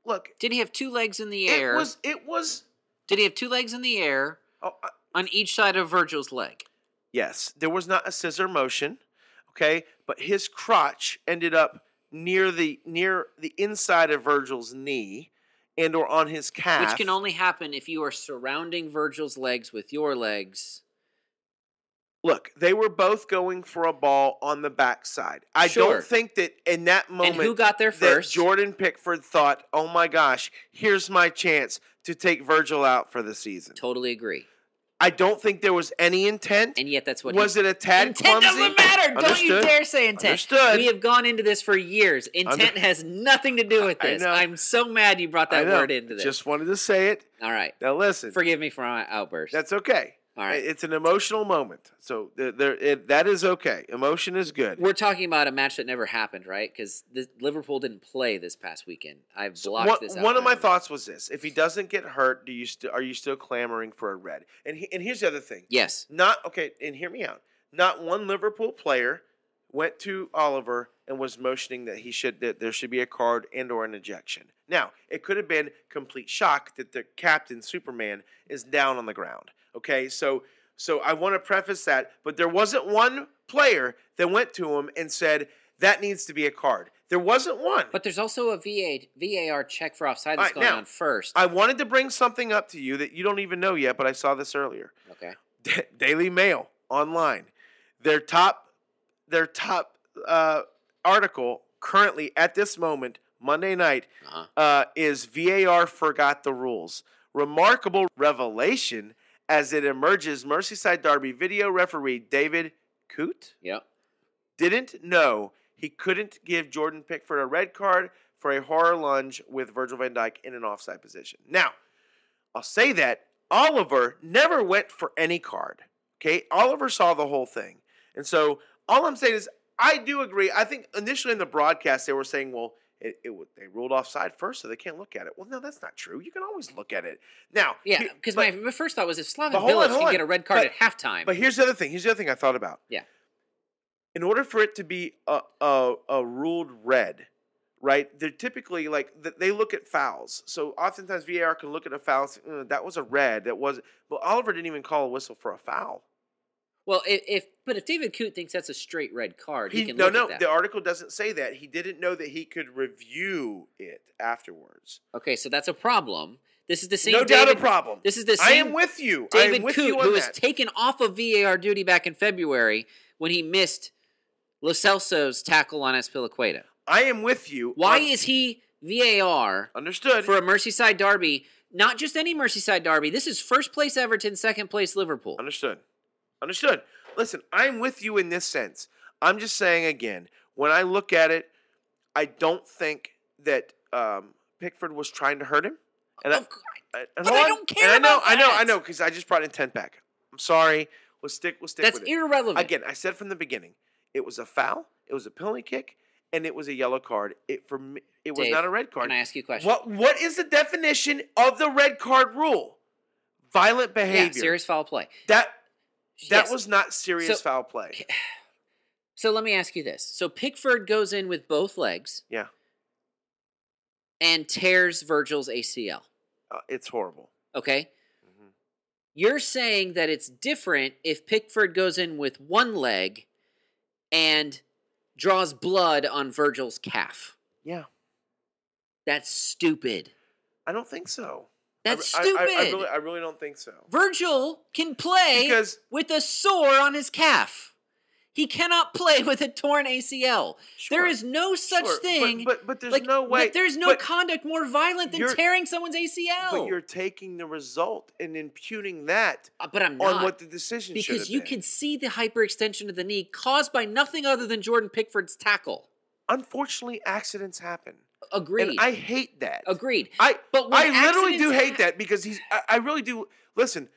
[SPEAKER 2] look,
[SPEAKER 3] Did he have two legs in the
[SPEAKER 2] it
[SPEAKER 3] air?
[SPEAKER 2] was it was
[SPEAKER 3] Did he have two legs in the air
[SPEAKER 2] oh, uh,
[SPEAKER 3] on each side of Virgil's leg?
[SPEAKER 2] yes, there was not a scissor motion. Okay, but his crotch ended up near the near the inside of Virgil's knee, and or on his calf,
[SPEAKER 3] Which can only happen if you are surrounding Virgil's legs with your legs.
[SPEAKER 2] look. They were both going for a ball on the backside. I
[SPEAKER 3] Sure.
[SPEAKER 2] don't think that in that moment
[SPEAKER 3] and who got there
[SPEAKER 2] that
[SPEAKER 3] first?
[SPEAKER 2] Jordan Pickford thought, oh my gosh, here's my chance to take Virgil out for the season.
[SPEAKER 3] Totally agree.
[SPEAKER 2] I don't think there was any intent.
[SPEAKER 3] And yet, that's what
[SPEAKER 2] was it a tad
[SPEAKER 3] Intent
[SPEAKER 2] clumsy?
[SPEAKER 3] doesn't matter. Don't you
[SPEAKER 2] Understood.
[SPEAKER 3] dare say intent.
[SPEAKER 2] Understood.
[SPEAKER 3] We have gone into this for years. Intent
[SPEAKER 2] Under-
[SPEAKER 3] has nothing to do with
[SPEAKER 2] I
[SPEAKER 3] this.
[SPEAKER 2] know.
[SPEAKER 3] I'm so mad you brought
[SPEAKER 2] I
[SPEAKER 3] that
[SPEAKER 2] know.
[SPEAKER 3] word into this.
[SPEAKER 2] Just wanted to say it.
[SPEAKER 3] All right.
[SPEAKER 2] Now listen,
[SPEAKER 3] Forgive me for my outburst.
[SPEAKER 2] that's okay.
[SPEAKER 3] All right.
[SPEAKER 2] It's an emotional moment, so there, there it, that is okay. Emotion is good.
[SPEAKER 3] We're talking about a match that never happened, right? Because Liverpool didn't play this past weekend. I blocked
[SPEAKER 2] So one,
[SPEAKER 3] this out.
[SPEAKER 2] one of my
[SPEAKER 3] earlier.
[SPEAKER 2] thoughts was this: if he doesn't get hurt, do you st- are you still clamoring for a red? And he, and here's the other thing:
[SPEAKER 3] Yes.
[SPEAKER 2] not okay. And hear me out. Not one Liverpool player went to Oliver and was motioning that he should that there should be a card and or an ejection. Now it could have been complete shock that the captain Superman is down on the ground. Okay, so so I want to preface that, but there wasn't one player that went to him and said that needs to be a card. There wasn't one.
[SPEAKER 3] But there's also a VA, VAR check for offside
[SPEAKER 2] All
[SPEAKER 3] that's
[SPEAKER 2] right,
[SPEAKER 3] going
[SPEAKER 2] now,
[SPEAKER 3] on first.
[SPEAKER 2] I wanted to bring something up to you that you don't even know yet, but I saw this earlier.
[SPEAKER 3] okay.
[SPEAKER 2] Da- Daily Mail online. Their top, their top uh, article currently at this moment, Monday night,
[SPEAKER 3] Uh-huh.
[SPEAKER 2] uh, is VAR forgot the rules. Remarkable revelation as it emerges. Merseyside Derby video referee David Coote
[SPEAKER 3] Yep.
[SPEAKER 2] didn't know he couldn't give Jordan Pickford a red card for a horror lunge with Virgil van Dijk in an offside position. Now, I'll say that Oliver never went for any card. Okay? Oliver saw the whole thing. And so all I'm saying is I do agree. I think initially in the broadcast they were saying, well, it, it, w- they ruled offside first, so they can't look at it. Well, no, that's not true. You can always look at it. Now,
[SPEAKER 3] Yeah.
[SPEAKER 2] he-
[SPEAKER 3] Because
[SPEAKER 2] but-
[SPEAKER 3] my, my first thought was if Slaven
[SPEAKER 2] But hold on,
[SPEAKER 3] Bilic
[SPEAKER 2] hold
[SPEAKER 3] can
[SPEAKER 2] on.
[SPEAKER 3] get a red card
[SPEAKER 2] But-
[SPEAKER 3] at halftime.
[SPEAKER 2] but here's the other thing. Here's the other thing I thought about.
[SPEAKER 3] Yeah.
[SPEAKER 2] In order for it to be a a, a ruled red, right? They're typically like th- they look at fouls. So oftentimes VAR can look at a foul. And say, "Mm, that was a red. That was. But Oliver didn't even call a whistle for a foul.
[SPEAKER 3] well, if, if but if David Coote thinks that's a straight red card, he,
[SPEAKER 2] He-
[SPEAKER 3] can
[SPEAKER 2] no,
[SPEAKER 3] look
[SPEAKER 2] no.
[SPEAKER 3] at that.
[SPEAKER 2] The article doesn't say that. He didn't know that he could review it afterwards.
[SPEAKER 3] Okay, so that's a problem. This is the same.
[SPEAKER 2] no doubt a
[SPEAKER 3] David-
[SPEAKER 2] problem.
[SPEAKER 3] This is the
[SPEAKER 2] I
[SPEAKER 3] same
[SPEAKER 2] am with you. I
[SPEAKER 3] David
[SPEAKER 2] am with
[SPEAKER 3] Coote,
[SPEAKER 2] you on
[SPEAKER 3] who was
[SPEAKER 2] that.
[SPEAKER 3] taken off of VAR duty back in February when he missed Lo Celso's tackle on Espilaqueta.
[SPEAKER 2] I am with you.
[SPEAKER 3] Why
[SPEAKER 2] on-
[SPEAKER 3] is he VAR
[SPEAKER 2] understood?
[SPEAKER 3] for a Merseyside derby? Not just any Merseyside derby. This is first place Everton, second place Liverpool.
[SPEAKER 2] Understood. Understood. Listen, I'm with you in this sense. I'm just saying again, when I look at it, I don't think that um, Pickford was trying to hurt him. And
[SPEAKER 3] Of course.
[SPEAKER 2] I, and
[SPEAKER 3] Oh, but
[SPEAKER 2] hold
[SPEAKER 3] I
[SPEAKER 2] on.
[SPEAKER 3] don't care
[SPEAKER 2] And I know,
[SPEAKER 3] about
[SPEAKER 2] I know, I
[SPEAKER 3] that.
[SPEAKER 2] know, because I just brought intent back. I'm sorry. We'll stick. We'll stick
[SPEAKER 3] That's
[SPEAKER 2] with it.
[SPEAKER 3] irrelevant.
[SPEAKER 2] Again, I said from the beginning, it was a foul, it was a penalty kick, and it was a yellow card. It for me, it was
[SPEAKER 3] Dave,
[SPEAKER 2] not a red card.
[SPEAKER 3] Can I ask you a question?
[SPEAKER 2] What What is the definition of the red card rule? Violent behavior.
[SPEAKER 3] Yeah, serious foul play.
[SPEAKER 2] That that
[SPEAKER 3] Yes.
[SPEAKER 2] was not serious
[SPEAKER 3] So-
[SPEAKER 2] foul play.
[SPEAKER 3] So let me ask you this. So Pickford goes in with both legs
[SPEAKER 2] Yeah,
[SPEAKER 3] and tears Virgil's ACL.
[SPEAKER 2] uh, it's horrible.
[SPEAKER 3] Okay.
[SPEAKER 2] Mm-hmm.
[SPEAKER 3] You're saying that it's different if Pickford goes in with one leg and draws blood on Virgil's calf.
[SPEAKER 2] Yeah,
[SPEAKER 3] That's stupid.
[SPEAKER 2] I don't think so. I
[SPEAKER 3] That's
[SPEAKER 2] re-
[SPEAKER 3] stupid.
[SPEAKER 2] I, I, I, really, I really don't think so.
[SPEAKER 3] Virgil can play
[SPEAKER 2] Because-
[SPEAKER 3] with a sore on his calf. He cannot play with a torn ACL.
[SPEAKER 2] Sure.
[SPEAKER 3] There is no such
[SPEAKER 2] Sure, but-
[SPEAKER 3] thing.
[SPEAKER 2] but- but there's
[SPEAKER 3] like,
[SPEAKER 2] no way-
[SPEAKER 3] But there's no
[SPEAKER 2] but
[SPEAKER 3] conduct more violent than
[SPEAKER 2] you're-
[SPEAKER 3] tearing someone's ACL.
[SPEAKER 2] But you're taking the result and imputing that
[SPEAKER 3] Uh, but I'm not.
[SPEAKER 2] on what the decision should
[SPEAKER 3] because
[SPEAKER 2] have
[SPEAKER 3] you
[SPEAKER 2] been.
[SPEAKER 3] could see the hyperextension of the knee caused by nothing other than Jordan Pickford's tackle.
[SPEAKER 2] Unfortunately, accidents happen,
[SPEAKER 3] Agreed.
[SPEAKER 2] and I hate that.
[SPEAKER 3] Agreed.
[SPEAKER 2] I
[SPEAKER 3] But when
[SPEAKER 2] I literally do
[SPEAKER 3] accidents
[SPEAKER 2] hate that because he's. I, I really do. Listen,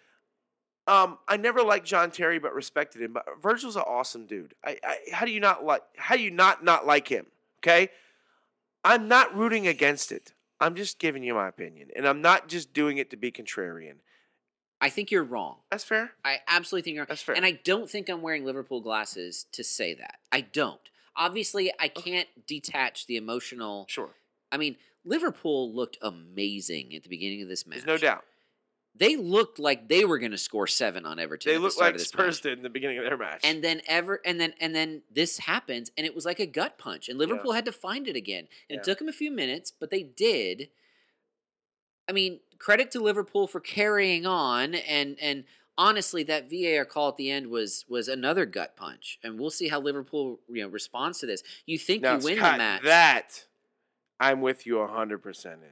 [SPEAKER 2] um, I never liked John Terry, but respected him. But Virgil's an awesome dude. I, I how do you not like? How do you not not like him? Okay, I'm not rooting against it. I'm just giving you my opinion, and I'm not just doing it to be contrarian.
[SPEAKER 3] I think you're wrong.
[SPEAKER 2] That's fair.
[SPEAKER 3] I absolutely think you're wrong.
[SPEAKER 2] That's fair.
[SPEAKER 3] And I don't think I'm wearing Liverpool glasses to say that. I don't. Obviously, I can't detach the emotional.
[SPEAKER 2] Sure,
[SPEAKER 3] I mean, Liverpool looked amazing at the beginning of this match.
[SPEAKER 2] there's no doubt.
[SPEAKER 3] They looked like they were going to score seven on Everton.
[SPEAKER 2] They
[SPEAKER 3] at the
[SPEAKER 2] look
[SPEAKER 3] start
[SPEAKER 2] like
[SPEAKER 3] of this
[SPEAKER 2] Spurs
[SPEAKER 3] match.
[SPEAKER 2] did in the beginning of their match.
[SPEAKER 3] And then ever and then and then this happens and it was like a gut punch and Liverpool had to find it again. And
[SPEAKER 2] Yeah.
[SPEAKER 3] it took them a few minutes, but they did. I mean, credit to Liverpool for carrying on and and honestly that VAR call at the end was was another gut punch. And we'll see how Liverpool, you know, responds to this. You think
[SPEAKER 2] now,
[SPEAKER 3] you win
[SPEAKER 2] Scott,
[SPEAKER 3] the match.
[SPEAKER 2] that I'm with you hundred percent in.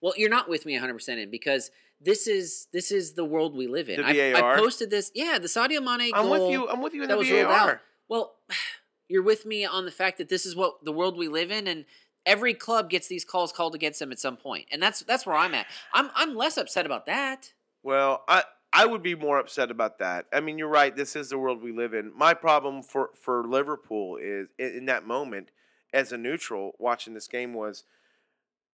[SPEAKER 3] Well, you're not with me 100% in because this is this is the world we live in.
[SPEAKER 2] The
[SPEAKER 3] I, I
[SPEAKER 2] VAR?
[SPEAKER 3] posted this. Yeah, the Sadio Mane
[SPEAKER 2] I'm
[SPEAKER 3] goal.
[SPEAKER 2] with you. I'm with you in
[SPEAKER 3] that
[SPEAKER 2] the
[SPEAKER 3] was ruled out.
[SPEAKER 2] VAR.
[SPEAKER 3] Well, you're with me on the fact that this is what the world we live in, and every club gets these calls called against them at some point, and that's that's where I'm at. I'm I'm less upset about that.
[SPEAKER 2] Well, I I would be more upset about that. I mean, you're right. This is the world we live in. My problem for for Liverpool is in, in that moment as a neutral watching this game was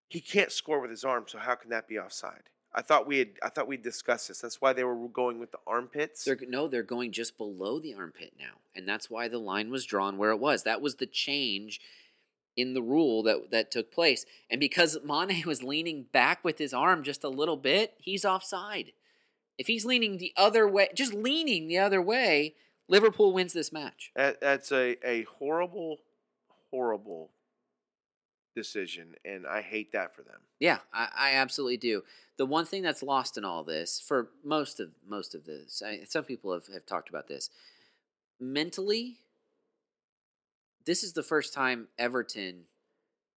[SPEAKER 2] he can't score with his arm. So how can that be offside? I thought we had I thought we discussed this. That's why they were going with the armpits.
[SPEAKER 3] They're no, they're going just below the armpit now, and that's why the line was drawn where it was. That was the change in the rule that that took place, and because Mane was leaning back with his arm just a little bit, he's offside. If he's leaning the other way, just leaning the other way, Liverpool wins this match.
[SPEAKER 2] That, that's a, a horrible, horrible decision, and I hate that for them.
[SPEAKER 3] Yeah, I, I absolutely do. The one thing that's lost in all this, for most of most of this, I, some people have, have talked about this. Mentally, this is the first time Everton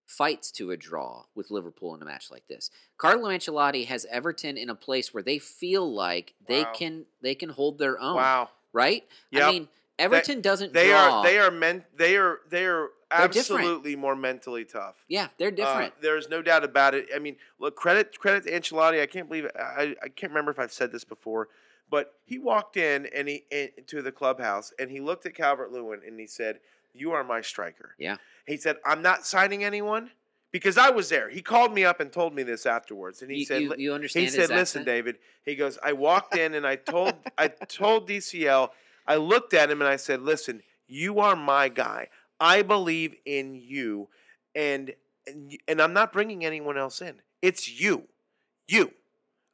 [SPEAKER 3] fights to a draw with Liverpool in a match like this. Carlo Ancelotti has Everton in a place where they feel like they
[SPEAKER 2] Wow.
[SPEAKER 3] can they can hold their own.
[SPEAKER 2] Wow,
[SPEAKER 3] Right? I
[SPEAKER 2] Yep.
[SPEAKER 3] mean, Everton doesn't
[SPEAKER 2] they
[SPEAKER 3] draw.
[SPEAKER 2] are they are men they are they are
[SPEAKER 3] They're different.
[SPEAKER 2] absolutely more mentally tough.
[SPEAKER 3] Yeah, they're
[SPEAKER 2] Uh,
[SPEAKER 3] different.
[SPEAKER 2] there's no doubt about it. I mean, look, credit credit to Ancelotti. I can't believe I, I can't remember if I've said this before, but he walked in and he in, to the clubhouse and he looked at Calvert Lewin and he said, "You are my striker."
[SPEAKER 3] Yeah.
[SPEAKER 2] He said, "I'm not signing anyone." Because I was there. He called me up and told me this afterwards. And he
[SPEAKER 3] you,
[SPEAKER 2] said,
[SPEAKER 3] you,
[SPEAKER 2] "Li-
[SPEAKER 3] you understand
[SPEAKER 2] he said,
[SPEAKER 3] his
[SPEAKER 2] "Listen,
[SPEAKER 3] accent?
[SPEAKER 2] David." He goes, "I walked in and I told I told DCL. I looked at him and I said, "Listen, you are my guy. I believe in you, and and, y- and I'm not bringing anyone else in. It's you, you,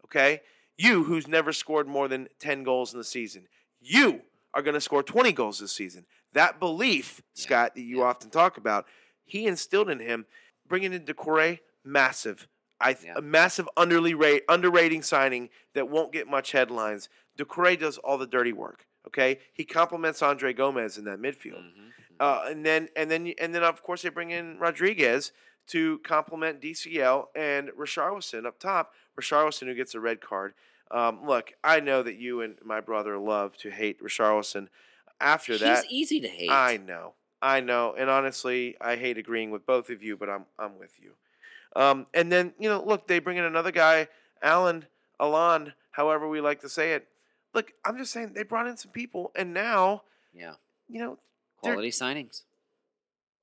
[SPEAKER 2] okay? You who's never scored more than ten goals in the season. You are going to score twenty goals this season. That belief,
[SPEAKER 3] Yeah,
[SPEAKER 2] Scott, that you
[SPEAKER 3] yeah.
[SPEAKER 2] often talk about, he instilled in him. Bringing in Decore, massive. I th-
[SPEAKER 3] Yeah.
[SPEAKER 2] a massive underly rate underrating signing that won't get much headlines. Decore does all the dirty work. Okay, he complements Andre Gomez in that midfield,
[SPEAKER 3] Mhm.
[SPEAKER 2] uh, and then and then you- and then of course they bring in Rodriguez to complement DCL and Richarlison up top. Richarlison who gets a red card. Um, look, I know that you and my brother love to hate Richarlison. After that,
[SPEAKER 3] He's easy to hate.
[SPEAKER 2] I know. I know. And honestly, I hate agreeing with both of you, but I'm I'm with you. Um, and then, you know, look, they bring in another guy, Alan, Alon, however we like to say it. Look, I'm just saying they brought in some people and now,
[SPEAKER 3] Yeah.
[SPEAKER 2] you know, They're-
[SPEAKER 3] Quality signings.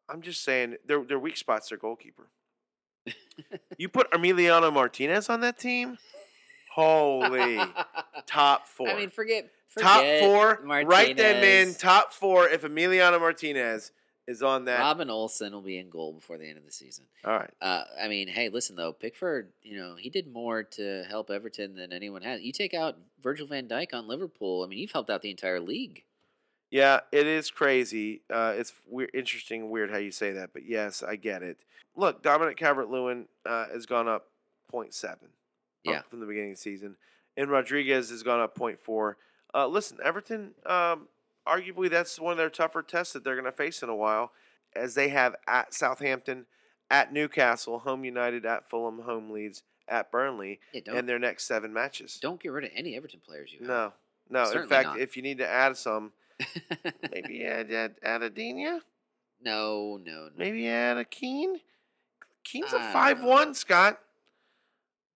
[SPEAKER 2] I'm just saying their their weak spot's their goalkeeper. you put Emiliano Martinez on that team? Holy top four.
[SPEAKER 3] I mean, forget,
[SPEAKER 2] top
[SPEAKER 3] forget
[SPEAKER 2] four. Write them in
[SPEAKER 3] Martinez.
[SPEAKER 2] top four if Emiliano Martinez is on that.
[SPEAKER 3] Robin Olsen will be in goal before the end of the season.
[SPEAKER 2] All right.
[SPEAKER 3] Uh, I mean, hey, listen though, Pickford, you know, he did more to help Everton than anyone has. You take out Virgil Van Dyke on Liverpool. I mean, you've helped out the entire league.
[SPEAKER 2] Yeah, it is crazy. Uh, it's weird, interesting, and weird how you say that, but yes, I get it. Look, Dominic Calvert Lewin uh, has gone up 0.7 up
[SPEAKER 3] Yeah.
[SPEAKER 2] from the beginning of the season, and Rodriguez has gone up 0.4. Uh, listen, Everton, um, arguably that's one of their tougher tests that they're going to face in a while, as they have at Southampton, at Newcastle, home United, at Fulham, home Leeds, at Burnley,
[SPEAKER 3] Yeah, don't
[SPEAKER 2] and their next seven matches.
[SPEAKER 3] don't get rid of any Everton players. You
[SPEAKER 2] no, no. in
[SPEAKER 3] Certainly
[SPEAKER 2] fact,
[SPEAKER 3] not.
[SPEAKER 2] if you need to add some,
[SPEAKER 3] have.
[SPEAKER 2] maybe add, add, add Adina.
[SPEAKER 3] no, no, no.
[SPEAKER 2] Maybe add a Keen. Keen's
[SPEAKER 3] I
[SPEAKER 2] a
[SPEAKER 3] don't
[SPEAKER 2] five
[SPEAKER 3] know.
[SPEAKER 2] one, Scott.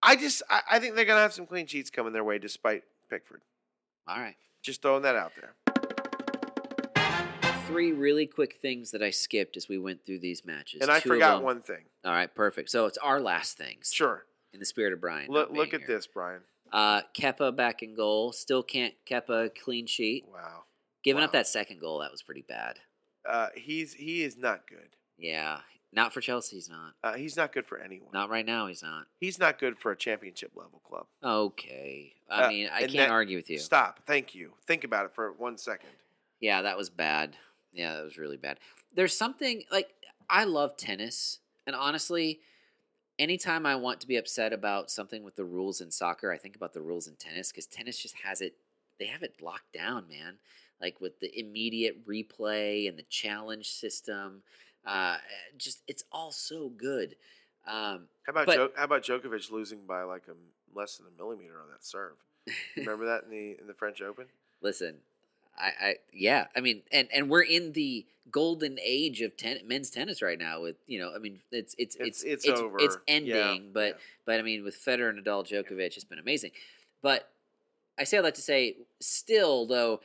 [SPEAKER 2] I just I, I think they're gonna have some clean sheets coming their way despite Pickford.
[SPEAKER 3] All right.
[SPEAKER 2] Just throwing that out there.
[SPEAKER 3] Three really quick things that I skipped as we went through these matches.
[SPEAKER 2] and I
[SPEAKER 3] Two of
[SPEAKER 2] forgot
[SPEAKER 3] them-
[SPEAKER 2] one thing.
[SPEAKER 3] All right, perfect. So it's our last things.
[SPEAKER 2] Sure.
[SPEAKER 3] In the spirit of Brian. not
[SPEAKER 2] Look look
[SPEAKER 3] being
[SPEAKER 2] at
[SPEAKER 3] here.
[SPEAKER 2] this, Brian.
[SPEAKER 3] Uh, Keppa back in goal. Still can't Keppa clean sheet.
[SPEAKER 2] Wow.
[SPEAKER 3] Giving up
[SPEAKER 2] Wow.
[SPEAKER 3] that second goal, that was pretty bad.
[SPEAKER 2] Uh, he's he is not good.
[SPEAKER 3] Yeah. Not for Chelsea, he's not.
[SPEAKER 2] Uh, he's not good for anyone.
[SPEAKER 3] Not right now, he's not.
[SPEAKER 2] He's not good for a championship level club.
[SPEAKER 3] Okay. I
[SPEAKER 2] Uh,
[SPEAKER 3] mean, I
[SPEAKER 2] and
[SPEAKER 3] can't
[SPEAKER 2] that-
[SPEAKER 3] argue with you.
[SPEAKER 2] Stop. Thank you. Think about it for one second.
[SPEAKER 3] Yeah, that was bad. Yeah, that was really bad. There's something like I love tennis, and honestly, anytime I want to be upset about something with the rules in soccer, I think about the rules in tennis because tennis just has it. They have it locked down, man. Like with the immediate replay and the challenge system, uh, just it's all so good. Um,
[SPEAKER 2] How about
[SPEAKER 3] But-
[SPEAKER 2] jo- how about Djokovic losing by like a m- less than a millimeter on that serve? Remember that in the in the French Open?
[SPEAKER 3] listen, I, I yeah, I mean, and and we're in the golden age of ten, men's tennis right now. With you know, I mean, it's it's it's
[SPEAKER 2] It's- it's over.
[SPEAKER 3] It's
[SPEAKER 2] Yeah,
[SPEAKER 3] ending, but
[SPEAKER 2] yeah.
[SPEAKER 3] but I mean, with Federer and Nadal, Djokovic, it's been amazing. But I say all that to say, still though,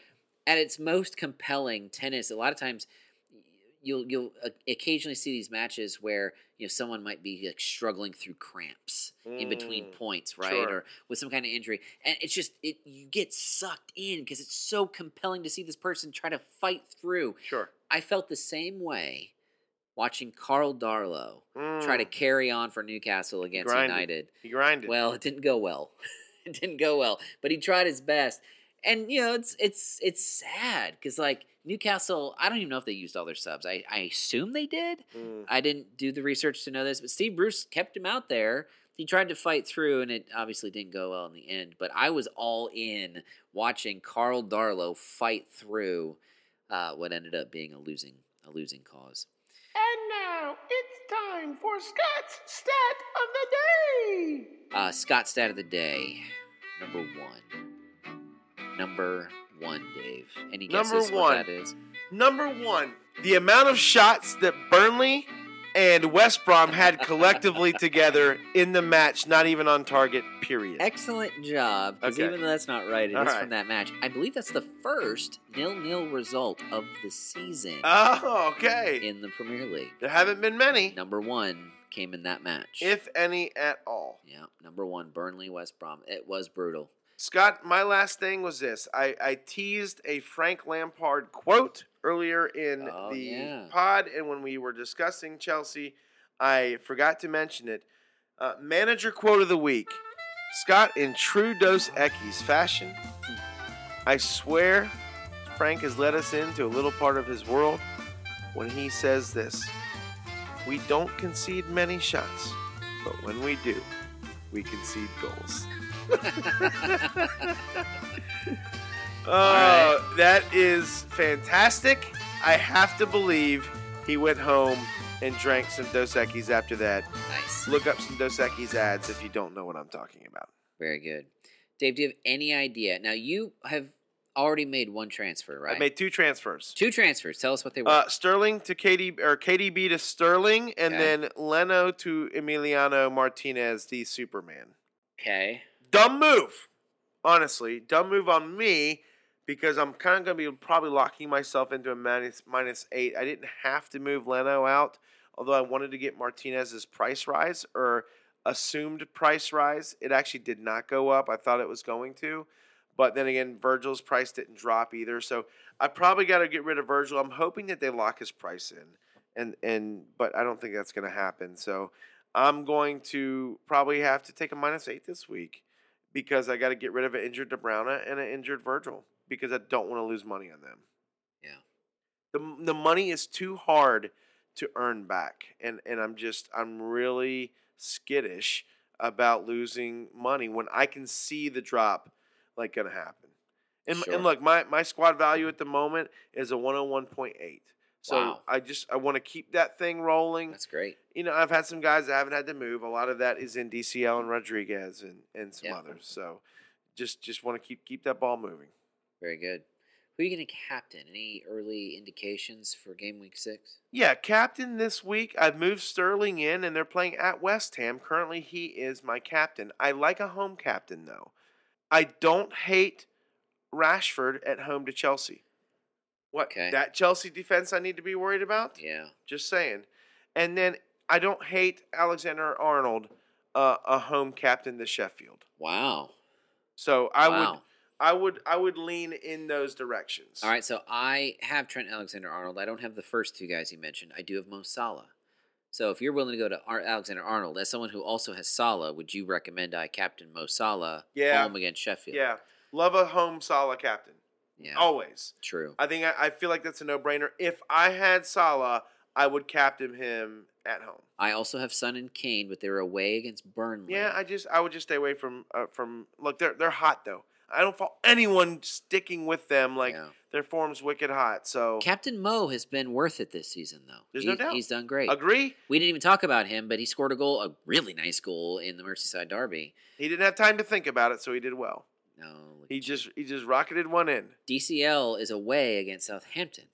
[SPEAKER 3] at its most compelling, tennis a lot of times you'll you'll uh, occasionally see these matches where you know someone might be like struggling through cramps in between
[SPEAKER 2] Mm,
[SPEAKER 3] points, right,
[SPEAKER 2] sure.
[SPEAKER 3] or with some kind of injury, and it's just it you get sucked in because it's so compelling to see this person try to fight through.
[SPEAKER 2] Sure.
[SPEAKER 3] I felt the same way watching Carl Darlow try to
[SPEAKER 2] Mm,
[SPEAKER 3] carry on for Newcastle against
[SPEAKER 2] grinded.
[SPEAKER 3] United.
[SPEAKER 2] he grinded.
[SPEAKER 3] Well, it didn't go well. it didn't go well, but he tried his best. And you know, it's it's it's sad because like Newcastle, I don't even know if they used all their subs. I, I assume they did.
[SPEAKER 2] Mm,
[SPEAKER 3] I didn't do the research to know this, but Steve Bruce kept him out there. He tried to fight through, and it obviously didn't go well in the end. But I was all in watching Carl Darlow fight through uh, what ended up being a losing a losing cause.
[SPEAKER 4] And now it's time for Scott's stat of the day.
[SPEAKER 3] Uh, Scott stat of the day, number one. Number one, Dave. Any guesses
[SPEAKER 2] Number
[SPEAKER 3] what
[SPEAKER 2] one.
[SPEAKER 3] that is?
[SPEAKER 2] Number one, the amount of shots that Burnley and West Brom had collectively together in the match, not even on target. Period.
[SPEAKER 3] Excellent job. Because
[SPEAKER 2] Okay.
[SPEAKER 3] even though that's not right, it is
[SPEAKER 2] All
[SPEAKER 3] from
[SPEAKER 2] right.
[SPEAKER 3] that match. I believe that's the first nil-nil result of the season
[SPEAKER 2] Oh, okay.
[SPEAKER 3] in the Premier League.
[SPEAKER 2] There haven't been many,
[SPEAKER 3] Number one came in that match.
[SPEAKER 2] if any at all.
[SPEAKER 3] yeah, number one, Burnley West Brom. It was brutal.
[SPEAKER 2] Scott, my last thing was this. I, I teased a Frank Lampard quote earlier in
[SPEAKER 3] Oh,
[SPEAKER 2] the
[SPEAKER 3] yeah.
[SPEAKER 2] pod, and when we were discussing Chelsea, I forgot to mention it. Uh, manager quote of the week. Scott, in true Dos Equis fashion, I swear Frank has let us into a little part of his world when he says this We don't concede many shots, but when we do, we concede goals. Oh,
[SPEAKER 3] right.
[SPEAKER 2] that is fantastic. I have to believe he went home and drank some Dos Equis after that.
[SPEAKER 3] Nice.
[SPEAKER 2] Look up some Dos Equis ads if you don't know what I'm talking about.
[SPEAKER 3] Very good. Dave, do you have any idea? Now, you have already made one transfer, right?
[SPEAKER 2] I made two transfers.
[SPEAKER 3] Two transfers. Tell us what they were.
[SPEAKER 2] Uh, Sterling to KD or KDB to Sterling, and
[SPEAKER 3] Okay.
[SPEAKER 2] then Leno to Emiliano Martinez, the Superman.
[SPEAKER 3] okay.
[SPEAKER 2] Dumb move, honestly. Dumb move on me because I'm kind of going to be probably locking myself into a minus minus eight. I didn't have to move Leno out, although I wanted to get Martinez's price rise or assumed price rise. It actually did not go up. I thought it was going to. But then again, Virgil's price didn't drop either. So I probably got to get rid of Virgil. I'm hoping that they lock his price in. And and but I don't think that's going to happen. So I'm going to probably have to take a minus 8 this week because I got to get rid of an injured DeBrowna and an injured Virgil because I don't want to lose money on them.
[SPEAKER 3] Yeah.
[SPEAKER 2] The the money is too hard to earn back and and I'm just I'm really skittish about losing money when I can see the drop like going to happen. And,
[SPEAKER 3] Sure.
[SPEAKER 2] and look, my, my squad value at the moment is a 101.8. So
[SPEAKER 3] Wow.
[SPEAKER 2] I just I want to keep that thing rolling
[SPEAKER 3] That's great.
[SPEAKER 2] you know, I've had some guys I haven't had to move. A lot of that is in DCL and Rodriguez and, and some
[SPEAKER 3] Yeah.
[SPEAKER 2] others. So just just want to keep keep that ball moving.
[SPEAKER 3] Very good. Who are you going to captain? Any early indications for game week six?
[SPEAKER 2] Yeah, captain this week. I've moved Sterling in, and they're playing at West Ham. Currently, he is my captain. I like a home captain though. I don't hate Rashford at home to Chelsea. What
[SPEAKER 3] Okay.
[SPEAKER 2] that Chelsea defense I need to be worried about?
[SPEAKER 3] Yeah.
[SPEAKER 2] Just saying. And then I don't hate Alexander Arnold, uh, a home captain to Sheffield.
[SPEAKER 3] Wow.
[SPEAKER 2] So I
[SPEAKER 3] wow.
[SPEAKER 2] would I would I would lean in those directions.
[SPEAKER 3] All right, so I have Trent Alexander Arnold. I don't have the first two guys you mentioned. I do have Mo Salah. So if you're willing to go to Ar- Alexander Arnold as someone who also has Salah, would you recommend I captain Mo Salah
[SPEAKER 2] Yeah.
[SPEAKER 3] home against Sheffield?
[SPEAKER 2] Yeah. Oh. Love a home Salah captain.
[SPEAKER 3] yeah,
[SPEAKER 2] Always.
[SPEAKER 3] true.
[SPEAKER 2] I think I, I feel like that's a no brainer. If I had Salah, I would captain him at home.
[SPEAKER 3] I also have Son and Kane, but they're away against Burnley.
[SPEAKER 2] Yeah, I just I would just stay away from uh, from look they're they're hot though. I don't fault anyone sticking with them. Like
[SPEAKER 3] Yeah.
[SPEAKER 2] their form's wicked hot. So
[SPEAKER 3] Captain Mo has been worth it this season, though.
[SPEAKER 2] There's no
[SPEAKER 3] He-
[SPEAKER 2] doubt.
[SPEAKER 3] He's done great.
[SPEAKER 2] agree.
[SPEAKER 3] We didn't even talk about him, but he scored a goal, a really nice goal in the Merseyside Derby.
[SPEAKER 2] He didn't have time to think about it, so he did well.
[SPEAKER 3] No, look
[SPEAKER 2] He
[SPEAKER 3] at you.
[SPEAKER 2] just he just rocketed one in.
[SPEAKER 3] DCL is away against Southampton.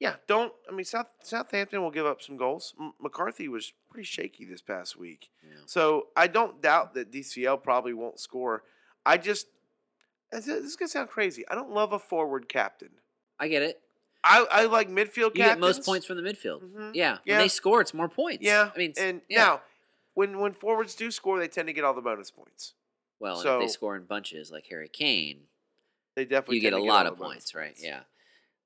[SPEAKER 2] Yeah, don't. I mean, South Southampton will give up some goals. M- McCarthy was pretty shaky this past week,
[SPEAKER 3] Yeah.
[SPEAKER 2] so I don't doubt that DCL probably won't score. I just this is this is gonna sound crazy. I don't love a forward captain.
[SPEAKER 3] I get it.
[SPEAKER 2] I, I like midfield.
[SPEAKER 3] You get most
[SPEAKER 2] captains.
[SPEAKER 3] points from the midfield.
[SPEAKER 2] Mhm.
[SPEAKER 3] Yeah.
[SPEAKER 2] Yeah.
[SPEAKER 3] When they score, it's more points.
[SPEAKER 2] Yeah,
[SPEAKER 3] I mean, it's-
[SPEAKER 2] and
[SPEAKER 3] yeah.
[SPEAKER 2] now when when forwards do score, they tend to get all the bonus points.
[SPEAKER 3] well, and if
[SPEAKER 2] so-
[SPEAKER 3] they score in bunches like Harry Kane,
[SPEAKER 2] They definitely
[SPEAKER 3] you get a
[SPEAKER 2] tend to
[SPEAKER 3] lot
[SPEAKER 2] all
[SPEAKER 3] of
[SPEAKER 2] the bonus
[SPEAKER 3] points, right? Yeah.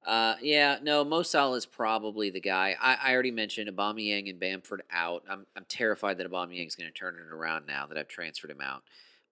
[SPEAKER 3] Uh, yeah, no, Mo Salah is probably the guy. I, I already mentioned Aubameyang and Bamford out. I'm I'm terrified that Aubameyang's going to turn it around now that I've transferred him out.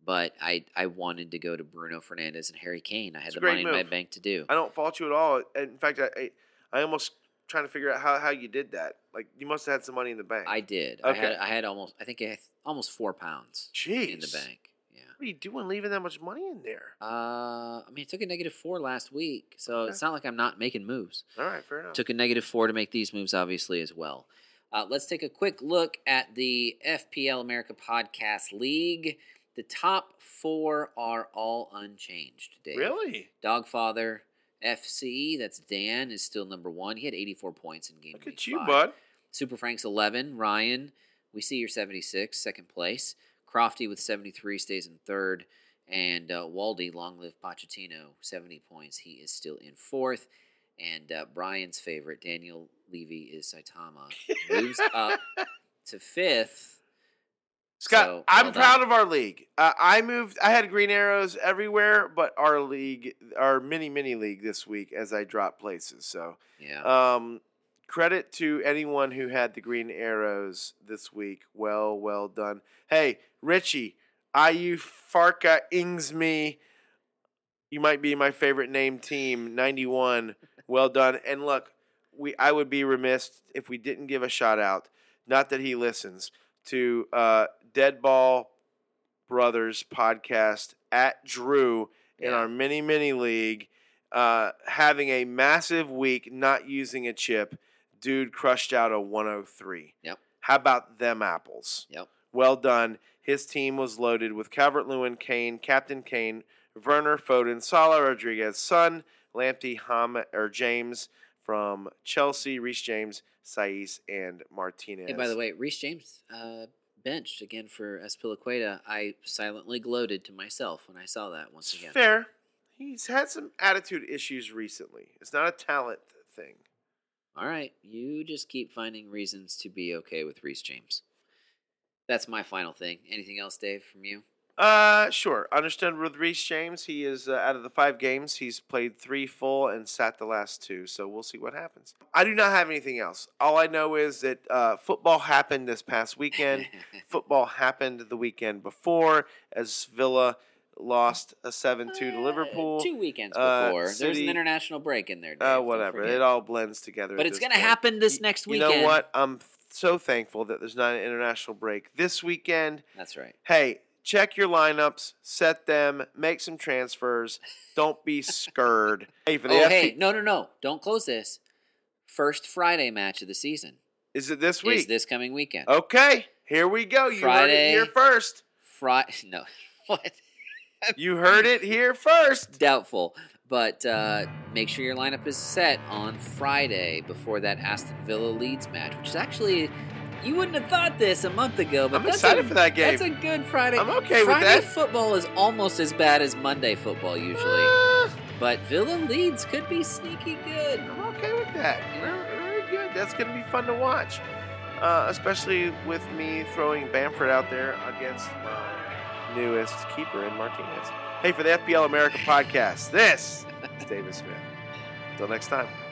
[SPEAKER 3] But I I wanted to go to Bruno Fernandez and Harry Kane. I had
[SPEAKER 2] It's a
[SPEAKER 3] the
[SPEAKER 2] great
[SPEAKER 3] money in my
[SPEAKER 2] move.
[SPEAKER 3] bank to do.
[SPEAKER 2] I don't fault you at all. In fact, I I, I almost trying to figure out how, how you did that. Like you must have had some money in the bank.
[SPEAKER 3] I did. I had
[SPEAKER 2] Okay.
[SPEAKER 3] I had almost I think I had almost four pounds
[SPEAKER 2] Jeez.
[SPEAKER 3] in the bank. Yeah.
[SPEAKER 2] What are you doing leaving that much money in there?
[SPEAKER 3] Uh, I mean, I took a negative four last week, so
[SPEAKER 2] Okay. Oh.
[SPEAKER 3] it's not like I'm not making moves.
[SPEAKER 2] All right, fair enough.
[SPEAKER 3] Took a negative four to make these moves, obviously, as well. Uh, let's take a quick look at the FPL America Podcast League. The top four are all unchanged, Dave.
[SPEAKER 2] really?
[SPEAKER 3] Dogfather FC, that's Dan, is still number one. He had 84 points in game
[SPEAKER 2] Look
[SPEAKER 3] week
[SPEAKER 2] at you,
[SPEAKER 3] five.
[SPEAKER 2] bud.
[SPEAKER 3] Super Frank's 11. Ryan, we see your 76, second place. Crofty with 73 stays in third. And uh, Waldy, long live Pochettino, 70 points. He is still in fourth. And uh, Brian's favorite, Daniel Levy, is Saitama. Moves up to fifth.
[SPEAKER 2] Scott,
[SPEAKER 3] So,
[SPEAKER 2] I'm
[SPEAKER 3] well done.
[SPEAKER 2] proud of our league. Uh, I moved. I had green arrows everywhere, but our league, our mini mini league this week, as I dropped places. So,
[SPEAKER 3] Yeah.
[SPEAKER 2] um, credit to anyone who had the green arrows this week. Well, well done. Hey, Richie, IU Farka Ingsme. You might be my favorite name team. 91. Well done. And look, we I would be remiss if we didn't give a shout out. Not that he listens to uh, Deadball Brothers podcast at Drew in
[SPEAKER 3] Yeah.
[SPEAKER 2] our mini mini league, uh, having a massive week, not using a chip. Dude crushed out a 103.
[SPEAKER 3] Yep.
[SPEAKER 2] How about them apples?
[SPEAKER 3] Yep.
[SPEAKER 2] Well done. His team was loaded with Calvert Lewin, Kane, Captain Kane, Werner, Foden, Salah, Rodriguez, Son, Lamptey, Ham, or James from Chelsea, Reese James, Saiz, and Martinez.
[SPEAKER 3] And by the way, Reese James uh, benched again for Espilaqueta. I silently gloated to myself when I saw that once
[SPEAKER 2] It's
[SPEAKER 3] again.
[SPEAKER 2] fair. He's had some attitude issues recently. It's not a talent thing.
[SPEAKER 3] All right, you just keep finding reasons to be okay with Reese James. That's my final thing. Anything else, Dave, from you?
[SPEAKER 2] Uh, sure. Understand with Reese James, he is uh, out of the five games, he's played three full and sat the last two. So we'll see what happens. I do not have anything else. All I know is that uh, football happened this past weekend. football happened the weekend before as Villa lost a seven two to
[SPEAKER 3] Uh,
[SPEAKER 2] Liverpool.
[SPEAKER 3] Two weekends
[SPEAKER 2] uh,
[SPEAKER 3] before. There's
[SPEAKER 2] City-
[SPEAKER 3] an international break in there. Dave.
[SPEAKER 2] Uh,
[SPEAKER 3] Don't
[SPEAKER 2] whatever.
[SPEAKER 3] forget.
[SPEAKER 2] It all blends together.
[SPEAKER 3] But
[SPEAKER 2] at
[SPEAKER 3] it's
[SPEAKER 2] this
[SPEAKER 3] gonna
[SPEAKER 2] point.
[SPEAKER 3] happen this
[SPEAKER 2] Y-
[SPEAKER 3] next
[SPEAKER 2] You
[SPEAKER 3] weekend.
[SPEAKER 2] know what? I'm so thankful that there's not an international break this weekend.
[SPEAKER 3] That's right.
[SPEAKER 2] Hey, check your lineups, set them, make some transfers. Don't be scurred. hey, for
[SPEAKER 3] Oh,
[SPEAKER 2] the FP-
[SPEAKER 3] hey, no, no, no. Don't close this. First Friday match of the season
[SPEAKER 2] is it this week? Oh.
[SPEAKER 3] is this coming weekend.
[SPEAKER 2] okay, here we go. You
[SPEAKER 3] Friday.
[SPEAKER 2] heard it here first.
[SPEAKER 3] Friday. No. what?
[SPEAKER 2] You heard it here first.
[SPEAKER 3] Doubtful. But uh, make sure your lineup is set on Friday before that Aston Villa Leeds match, which is actually you wouldn't have thought this a month ago. But
[SPEAKER 2] I'm
[SPEAKER 3] that's
[SPEAKER 2] excited
[SPEAKER 3] a,
[SPEAKER 2] for that game.
[SPEAKER 3] That's a good Friday.
[SPEAKER 2] I'm okay with
[SPEAKER 3] Friday
[SPEAKER 2] that.
[SPEAKER 3] football is almost as bad as Monday football usually, but Villa Leeds could be sneaky good.
[SPEAKER 2] Ah, I'm okay with that. Very, very good. That's going to be fun to watch, uh, especially with me throwing Bamford out there against my newest keeper in Martinez. Hey, for the FBL America podcast, this is David Smith. Until next time.